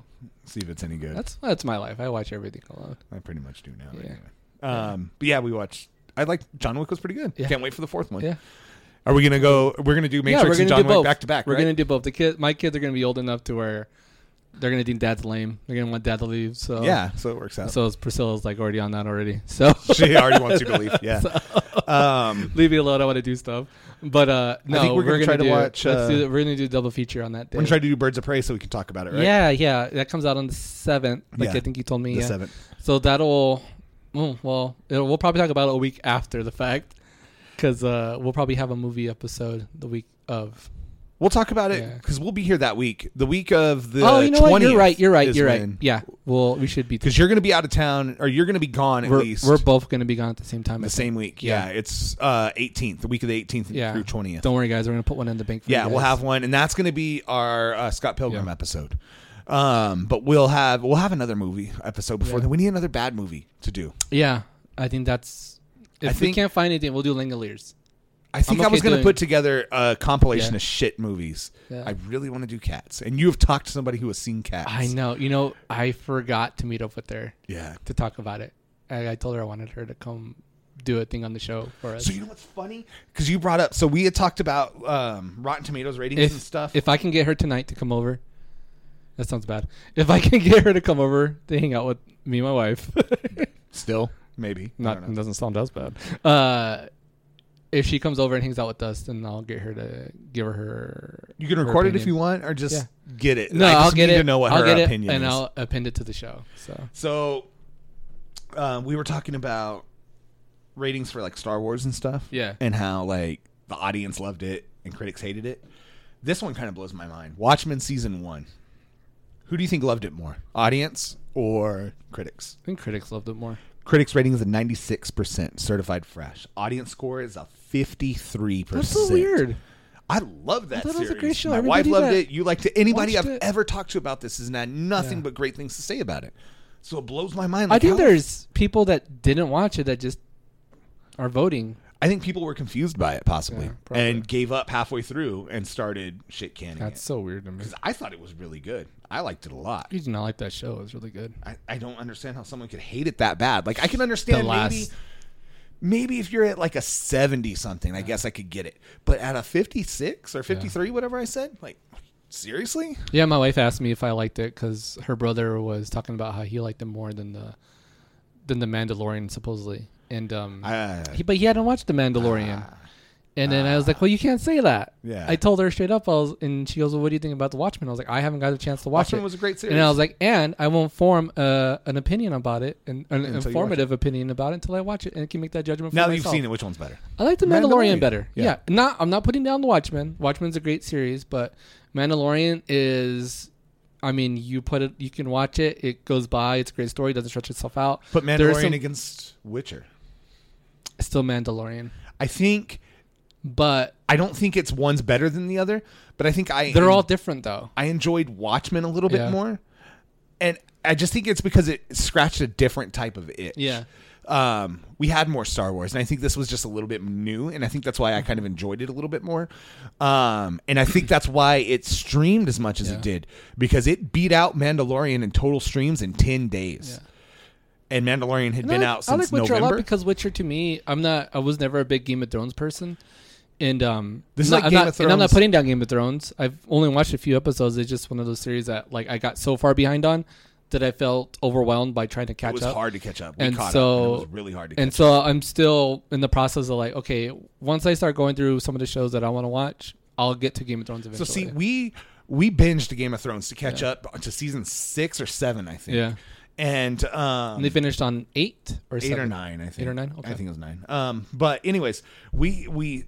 See if it's any good. That's that's my life. I watch everything alone. I pretty much do now. Yeah. Anyway. Um, but yeah, we watched. I like John Wick was pretty good. Yeah. Can't wait for the fourth one. Yeah. Are we gonna go? We're gonna do Matrix and John Wick back to back. We're right? gonna do both. The kid, my kids are gonna be old enough to where they're gonna think dad's lame. They're gonna want dad to leave. So yeah, so it works out. (laughs) So Priscilla's like already on that already. So she already wants you to leave. (laughs) Yeah. Um, leave me alone. I want to do stuff. But uh, no, think we're we're, gonna gonna try to do, watch, Let's uh, do, we're gonna do a double feature on that day. we're gonna try to do Birds of Prey so we can talk about it. Right? Yeah, yeah, that comes out on the seventh. Like Yeah, I think you told me. The yeah. seventh. So that'll. mm, well, it'll, we'll probably talk about it a week after the fact, because uh, we'll probably have a movie episode the week of. We'll talk about it Yeah. because we'll be here that week. The week of the. oh, you know what? You're right. You're right. You're right. Yeah. Yeah. Well, we should be. Because you're gonna be out of town, or you're gonna be gone at We're, least. we're both going to be gone at the same time. I the think. same week. Yeah. Yeah. It's uh 18th, the week of the 18th Yeah. through 20th. Don't worry, guys. We're going to put one in the bank. For yeah you we'll guys. have one and that's going to be our uh, scott pilgrim Yeah. episode um but we'll have we'll have another movie episode before Yeah. then we need another bad movie to do Yeah, I think that's. If we think- can't find anything, we'll do Langoliers. i think i okay was going to doing- put together a compilation Yeah. of shit movies Yeah. i really want to do cats and you have talked to somebody who has seen cats I know. You know, I forgot to meet up with her yeah to talk about it. I, I told her I wanted her to come do a thing on the show for us. So you know what's funny? Because you brought up, so we had talked about um, Rotten Tomatoes ratings if and stuff. if I can get her tonight to come over, that sounds bad. If I can (laughs) get her to come over to hang out with me and (laughs) my wife, (laughs) still, maybe I not don't know. doesn't sound as bad. Uh, if she comes over and hangs out with us, then I'll get her to give her. her You can record it if opinion. you want, or just Yeah. get it. No, I just I'll get need it. to know what I'll her get it, opinion and is. I'll append it to the show. So So, um, we were talking about ratings for like Star Wars and stuff. Yeah. And how like the audience loved it and critics hated it. This one kind of blows my mind. Watchmen season one. Who do you think loved it more, audience or critics? I think critics loved it more. Critics rating is a ninety six percent certified fresh. Audience score is a fifty three percent. That's so weird. I love that I thought it series. was a great show. My Everybody wife loved that it. You liked it. Anybody I've watched it- ever talked to about this has had nothing Yeah. but great things to say about it. So it blows my mind. I like, think how- there's people that didn't watch it that just are voting. I think people were confused by it possibly Yeah, probably. and gave up halfway through and started shit canning it. so weird to me. 'Cause I thought it was really good. I liked it a lot. You did not like that show. It was really good. I, I don't understand how someone could hate it that bad. Like I can understand maybe last- maybe if you're at like a 70 something, I guess I could get it. But at a 56 or 53 whatever I said, like seriously? Yeah, my wife asked me if I liked it because her brother was talking about how he liked it more than the than the Mandalorian supposedly, and um, I- he, but he hadn't watched the Mandalorian. and then I was like, "Well, you can't say that." Yeah. I told her straight up. I was, and she goes, "Well, what do you think about the Watchmen?" I was like, "I haven't got a chance to watch Watchmen it." was a great And series. I was like, "And I won't form uh, an opinion about it, an, Until an you watch informative opinion about it until I watch it and can make that judgment." For Now that myself. you've seen it, which one's better? I like the Mandalorian. Mandalorian, better. Yeah. Yeah. Not I'm not putting down the Watchmen. Watchmen's a great series, but Mandalorian is I mean, you put it you can watch it, it goes by, it's a great story, doesn't stretch itself out. Put There's Mandalorian some- against Witcher. still Mandalorian. I think But I don't think it's one's better than the other, but I think I they're all different though. I enjoyed Watchmen a little bit Yeah. more, and I just think it's because it scratched a different type of itch. Yeah. Um, we had more Star Wars, and I think this was just a little bit new, and I think that's why I kind of enjoyed it a little bit more. Um, and I (clears throat) think that's why it streamed as much as Yeah. it did because it beat out Mandalorian in total streams in ten days, Yeah. and Mandalorian had And been I like, out since I like Witcher a lot November. because Witcher to me, I'm not I was never a big Game of Thrones person. And um This is not- like I'm Game not, of and I'm not Thrones. putting down Game of Thrones. I've only watched a few episodes. It's just one of those series that like I got so far behind on that I felt overwhelmed by trying to catch it was up. hard to catch up. We And caught up. so- And it was really hard to catch and so I'm still in the process of like, okay, once I start going through some of the shows that I want to watch, I'll get to Game of Thrones So eventually. see, we we binged Game of Thrones to catch up to season six or seven, I think. Yeah. And um, and they finished on eight or eight or seven. nine, I think. or nine? Okay. I think it was nine. Um, but anyways, we we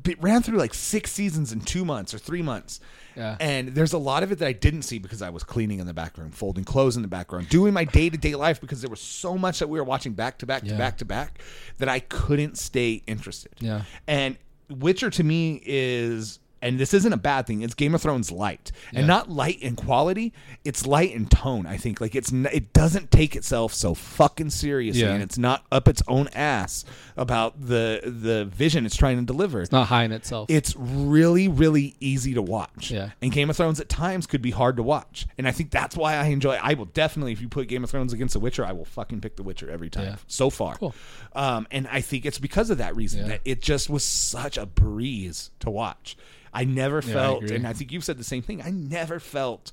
b- ran through like six seasons in two months or three months. Yeah. And there's a lot of it that I didn't see because I was cleaning in the back room, folding clothes in the background, doing my day to day life because there was so much that we were watching back to back to Yeah. back to back that I couldn't stay interested. Yeah. And Witcher to me is, and this isn't a bad thing. It's Game of Thrones light, and Yeah. not light in quality. It's light in tone. I think like it's n- it doesn't take itself so fucking seriously, Yeah. and it's not up its own ass about the the vision it's trying to deliver. It's, It's not high in itself. really really easy to watch. Yeah. And Game of Thrones at times could be hard to watch, and I think that's why I enjoy. I will definitely, if you put Game of Thrones against The Witcher, I will fucking pick The Witcher every time Yeah. so far. Cool. Um, and I think it's because of that reason Yeah. that it just was such a breeze to watch. I never I felt, agree. and I think you've said the same thing. I never felt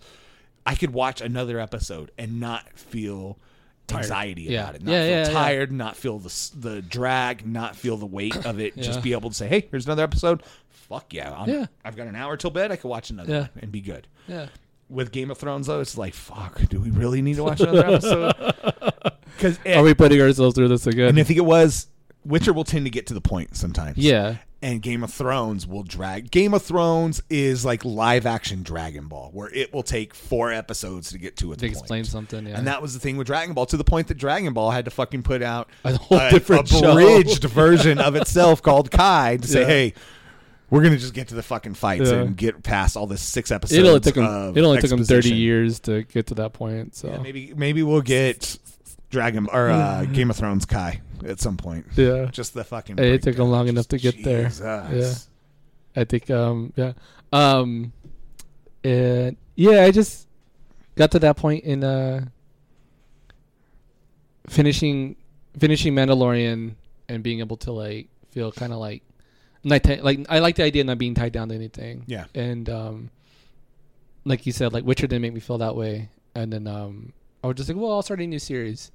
I could watch another episode and not feel anxiety Yeah. about it, not Yeah, feel yeah, yeah. tired, not feel the s- the drag, not feel the weight of it. Just (clears throat) Yeah. be able to say, "Hey, here's another episode." Fuck yeah, I'm, Yeah. I've got an hour till bed. I could watch another Yeah. one and be good yeah. with Game of Thrones though, it's like, fuck, do we really need to watch (laughs) another episode? Because Are and, we putting ourselves through this again? and I think it was Witcher will tend to get to the point sometimes. yeah. And Game of Thrones will drag. Game of Thrones is like live action Dragon Ball, where it will take four episodes to get to its They point. explain something, yeah. And that was the thing with Dragon Ball, to the point that Dragon Ball had to fucking put out A whole different show. abridged version (laughs) of itself called Kai to say, Yeah. hey, we're gonna just get to the fucking fights Yeah. and get past all this six episodes. It only took them of it only took them thirty exposition." years to get to that point. So Yeah, maybe maybe we'll get Dragon or uh, Game of Thrones Kai at some point. Yeah. Just the fucking. Hey, it took breakdown. them long enough Just to get there. Jesus. Yeah. I think um yeah. Um and yeah, I just got to that point in uh finishing finishing Mandalorian and being able to like feel kind of like not ti- like I like the idea of not being tied down to anything. Yeah. And um, like you said, like Witcher didn't make me feel that way. And then um, I was just like, well, I'll start a new series.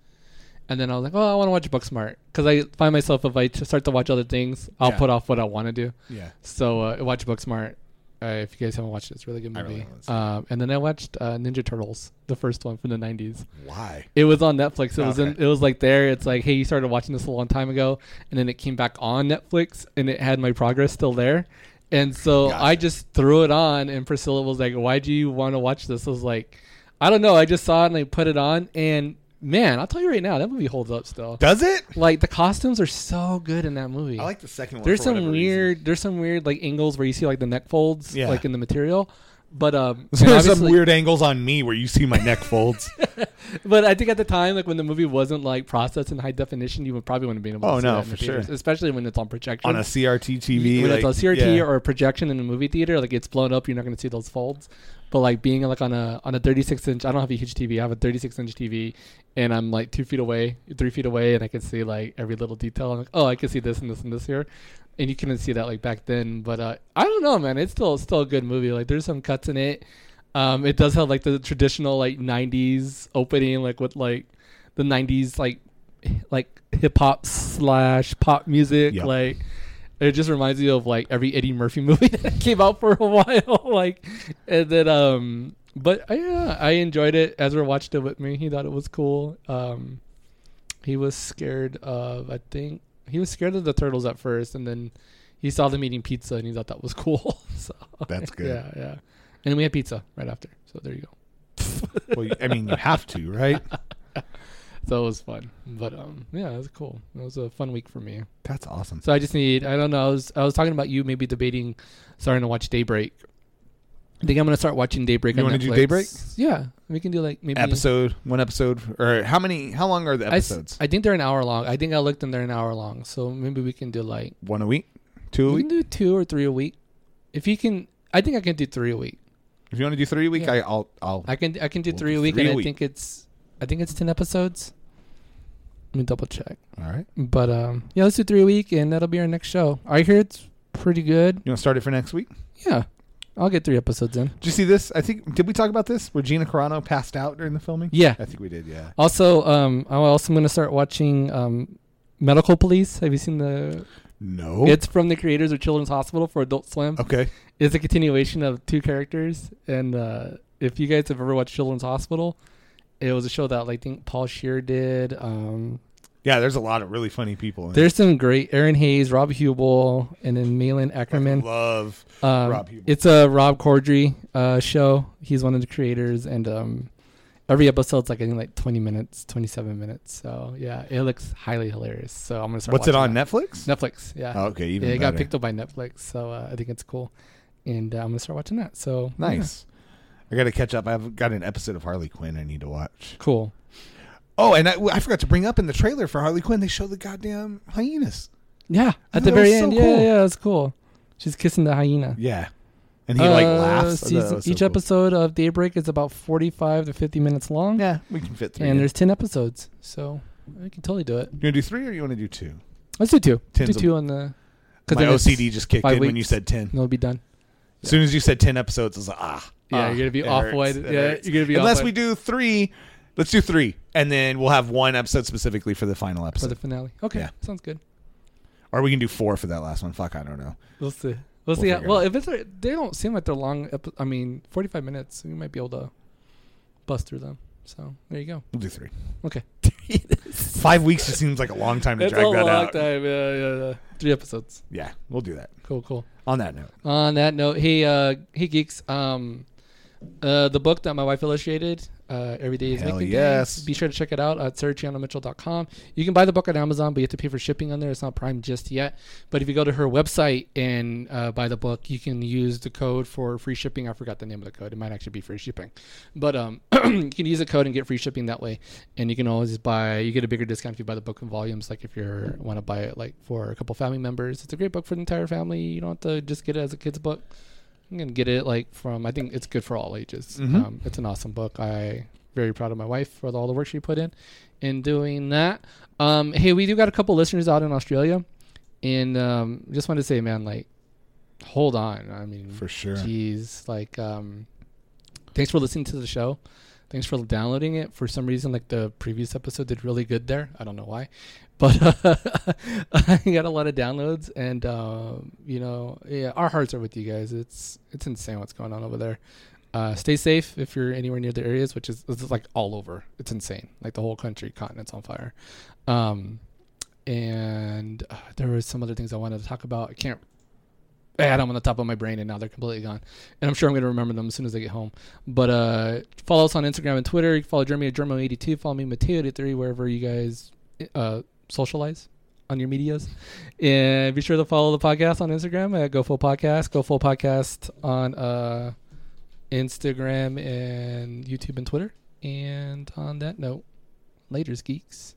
And then I was like, well, I want to watch Booksmart because I find myself if I t- start to watch other things, I'll Yeah. put off what I want to do. Yeah. So uh, I watched Booksmart. Uh, if you guys haven't watched it, it's a really good I really movie. haven't seen it. um, and then I watched uh, Ninja Turtles, the first one from the '90s. Why? It was on Netflix. It was in, Okay. it was like there. It's like, hey, you started watching this a long time ago, and then it came back on Netflix, and it had my progress still there. And so I Gotcha. just threw it on, and Priscilla was like, "Why do you want to watch this?" I was like, "I don't know. I just saw it and I put it on, and man, I'll tell you right now, that movie holds up still. Does it? Like the costumes are so good in that movie. I like the second one. there's for some whatever weird, reason. there's some weird like angles where you see like the neck folds, Yeah. like in the material. (laughs) But um, and (laughs) There's some obviously- weird angles on me where you see my neck folds. But I think at the time, like when the movie wasn't like processed in high definition, you would probably wouldn't have been able. Oh, to see no, that in the for theaters, sure. especially when it's on projection. on a CRT TV. when like, it's on CRT yeah. or a projection in a movie theater, like it's blown up, you're not going to see those folds. But like being like on a on a 36 inch, I don't have a huge TV. I have a 36 inch TV, and I'm like two feet away, three feet away, and I can see like every little detail. I'm like, oh, I can see this and this and this here, and you couldn't see that like back then. But uh, I don't know, man. It's still still a good movie. Like there's some cuts in it. Um, it does have like the traditional like 90s opening, like with like the 90s like like hip hop slash pop music, Yeah. like. It just reminds me of like every Eddie Murphy (laughs) movie that came out for a while, (laughs) like, and then um, but I, yeah, I enjoyed it. Ezra watched it with me. He thought it was cool. Um, he was scared of I think he was scared of the turtles at first, and then he saw them eating pizza and he thought that was (laughs) cool. so (laughs) That's good. yeah, yeah. And then we had pizza right after, so there you go. Well, I mean, you have to, right? So it was fun, but um, yeah, it was cool. It was a fun week for me. That's awesome. So I just need I don't know, I was I was talking about you maybe debating starting to watch Daybreak. I think I'm gonna start watching Daybreak You on wanna do Netflix. Daybreak? Yeah. We can do like maybe Episode one episode or how many? How long are the I s- episodes? I, think they're an hour long. I think I looked and they're an hour long. So maybe we can do like one a week, two a we week. can do two or three a week. If you can I think I can do three a week. If you want to do three a week, Yeah. I, I'll. I'll. I can I can do We'll three do a week three and a I week. think it's I think it's ten episodes. Let me double check. all right. But um yeah, let's do three a week and that'll be our next show. I hear it's pretty good. You want to start it for next week? Yeah. I'll get three episodes in. Did you see this? I think. Did we talk about this? Where Gina Carano passed out during the filming? Yeah. I think we did. Yeah. Also, um, I'm also going to start watching um, Medical Police. Have you seen the? No. It's from the creators of Children's Hospital for Adult Swim. okay. It's a continuation of two characters, and uh, if you guys have ever watched Children's Hospital, it was a show that like, I think Paul Shear did. Um, Yeah. There's a lot of really funny people. In it. there's some great Aaron Hayes, Rob Hubel, and then Malin Ackerman. Love. Um, Rob Hubel. It's a Rob Corddry uh, show. He's one of the creators, and um, every episode's like I think like twenty minutes, twenty seven minutes. So yeah, it looks highly hilarious. So I'm gonna start. What's it on watching Netflix? that. Netflix? Yeah, Oh, okay. yeah, Even it got better. picked up by Netflix, so uh, I think it's cool, and uh, I'm gonna start watching that. So yeah. Nice. I got to catch up. I've got an episode of Harley Quinn I need to watch. cool. Oh, and I, I forgot to bring up in the trailer for Harley Quinn, they show the goddamn hyenas. Yeah, I at the thought that was very so end, cool. yeah, yeah, it's cool. She's kissing the hyena. Yeah. And he like Uh, laughs. I thought that season- was so each cool. episode of Daybreak is about forty five to fifty minutes long, Yeah, we can fit three. and in. there's ten episodes, so I can totally do it. you want to do three or you want to do two? Let's do two. Tens do of- two on the. My then it's- OCD just kicked in five when weeks. you said ten. And it'll be done. As soon as you said ten episodes, I was like, ah. Yeah, ah, you're gonna be it off hurts, wide- it yeah, hurts. you're gonna be off unless wide- we do three. Let's do three, and then we'll have one episode specifically for the final for episode, the finale. Okay, Yeah. sounds good. or we can do four for that last one. Fuck, I don't know. We'll see. We'll, We'll see. How, figure it well, out. if it's a, they don't seem like they're long. Epi- I mean, forty five minutes. We might be able to bust through them. So there (laughs) you go. We'll do three. Okay. Five weeks just seems like a long time to That's a drag that long out. time. Yeah, yeah, yeah. Three episodes. Yeah, we'll do that. Cool, cool. On that note, On that note, hey, uh, hey, geeks. Um, uh, the book that my wife illustrated, uh, Every Day is Hell Making yes. Days. Be sure to check it out at sarahchianomitchell.com. You can buy the book on Amazon, but you have to pay for shipping on there. It's not Prime just yet. But if you go to her website and uh, buy the book, you can use the code for free shipping. I forgot the name of the code. It might actually be free shipping, but um, you can use the code and get free shipping that way. And you can always buy. You get a bigger discount if you buy the book in volumes. Like if you want to buy it like for a couple family members, it's a great book for the entire family. You don't have to just get it as a kid's book. You can get it like from. I think it's good for all ages. Um, it's an awesome book. I very proud of my wife for all the work she put in in doing that. Um, hey, we do got a couple listeners out in Australia, and um, just wanted to say, man, like, hold on. I mean, For sure. Jeez, like, um, thanks for listening to the show. Thanks for downloading it. For some reason, like the previous episode did really good there. I don't know why, (laughs) but uh, (laughs) I got a lot of downloads, and um, you know, yeah, our hearts are with you guys. It's it's insane what's going on over there. Uh, stay safe if you're anywhere near the areas, which is, this is like all over. It's insane. Like the whole country, continent's on fire. Um, and uh, there were some other things I wanted to talk about. I can't I had them on the top of my brain, and now they're completely gone. And I'm sure I'm going to remember them as soon as I get home. But uh, follow us on Instagram and Twitter. You can follow Jeremy at Germo82. Follow me, Mateo83, wherever you guys uh, socialize on your medias. And be sure to follow the podcast on Instagram at Go Full Podcast. Go Full Podcast on uh, Instagram and YouTube and Twitter. And on that note, later's geeks.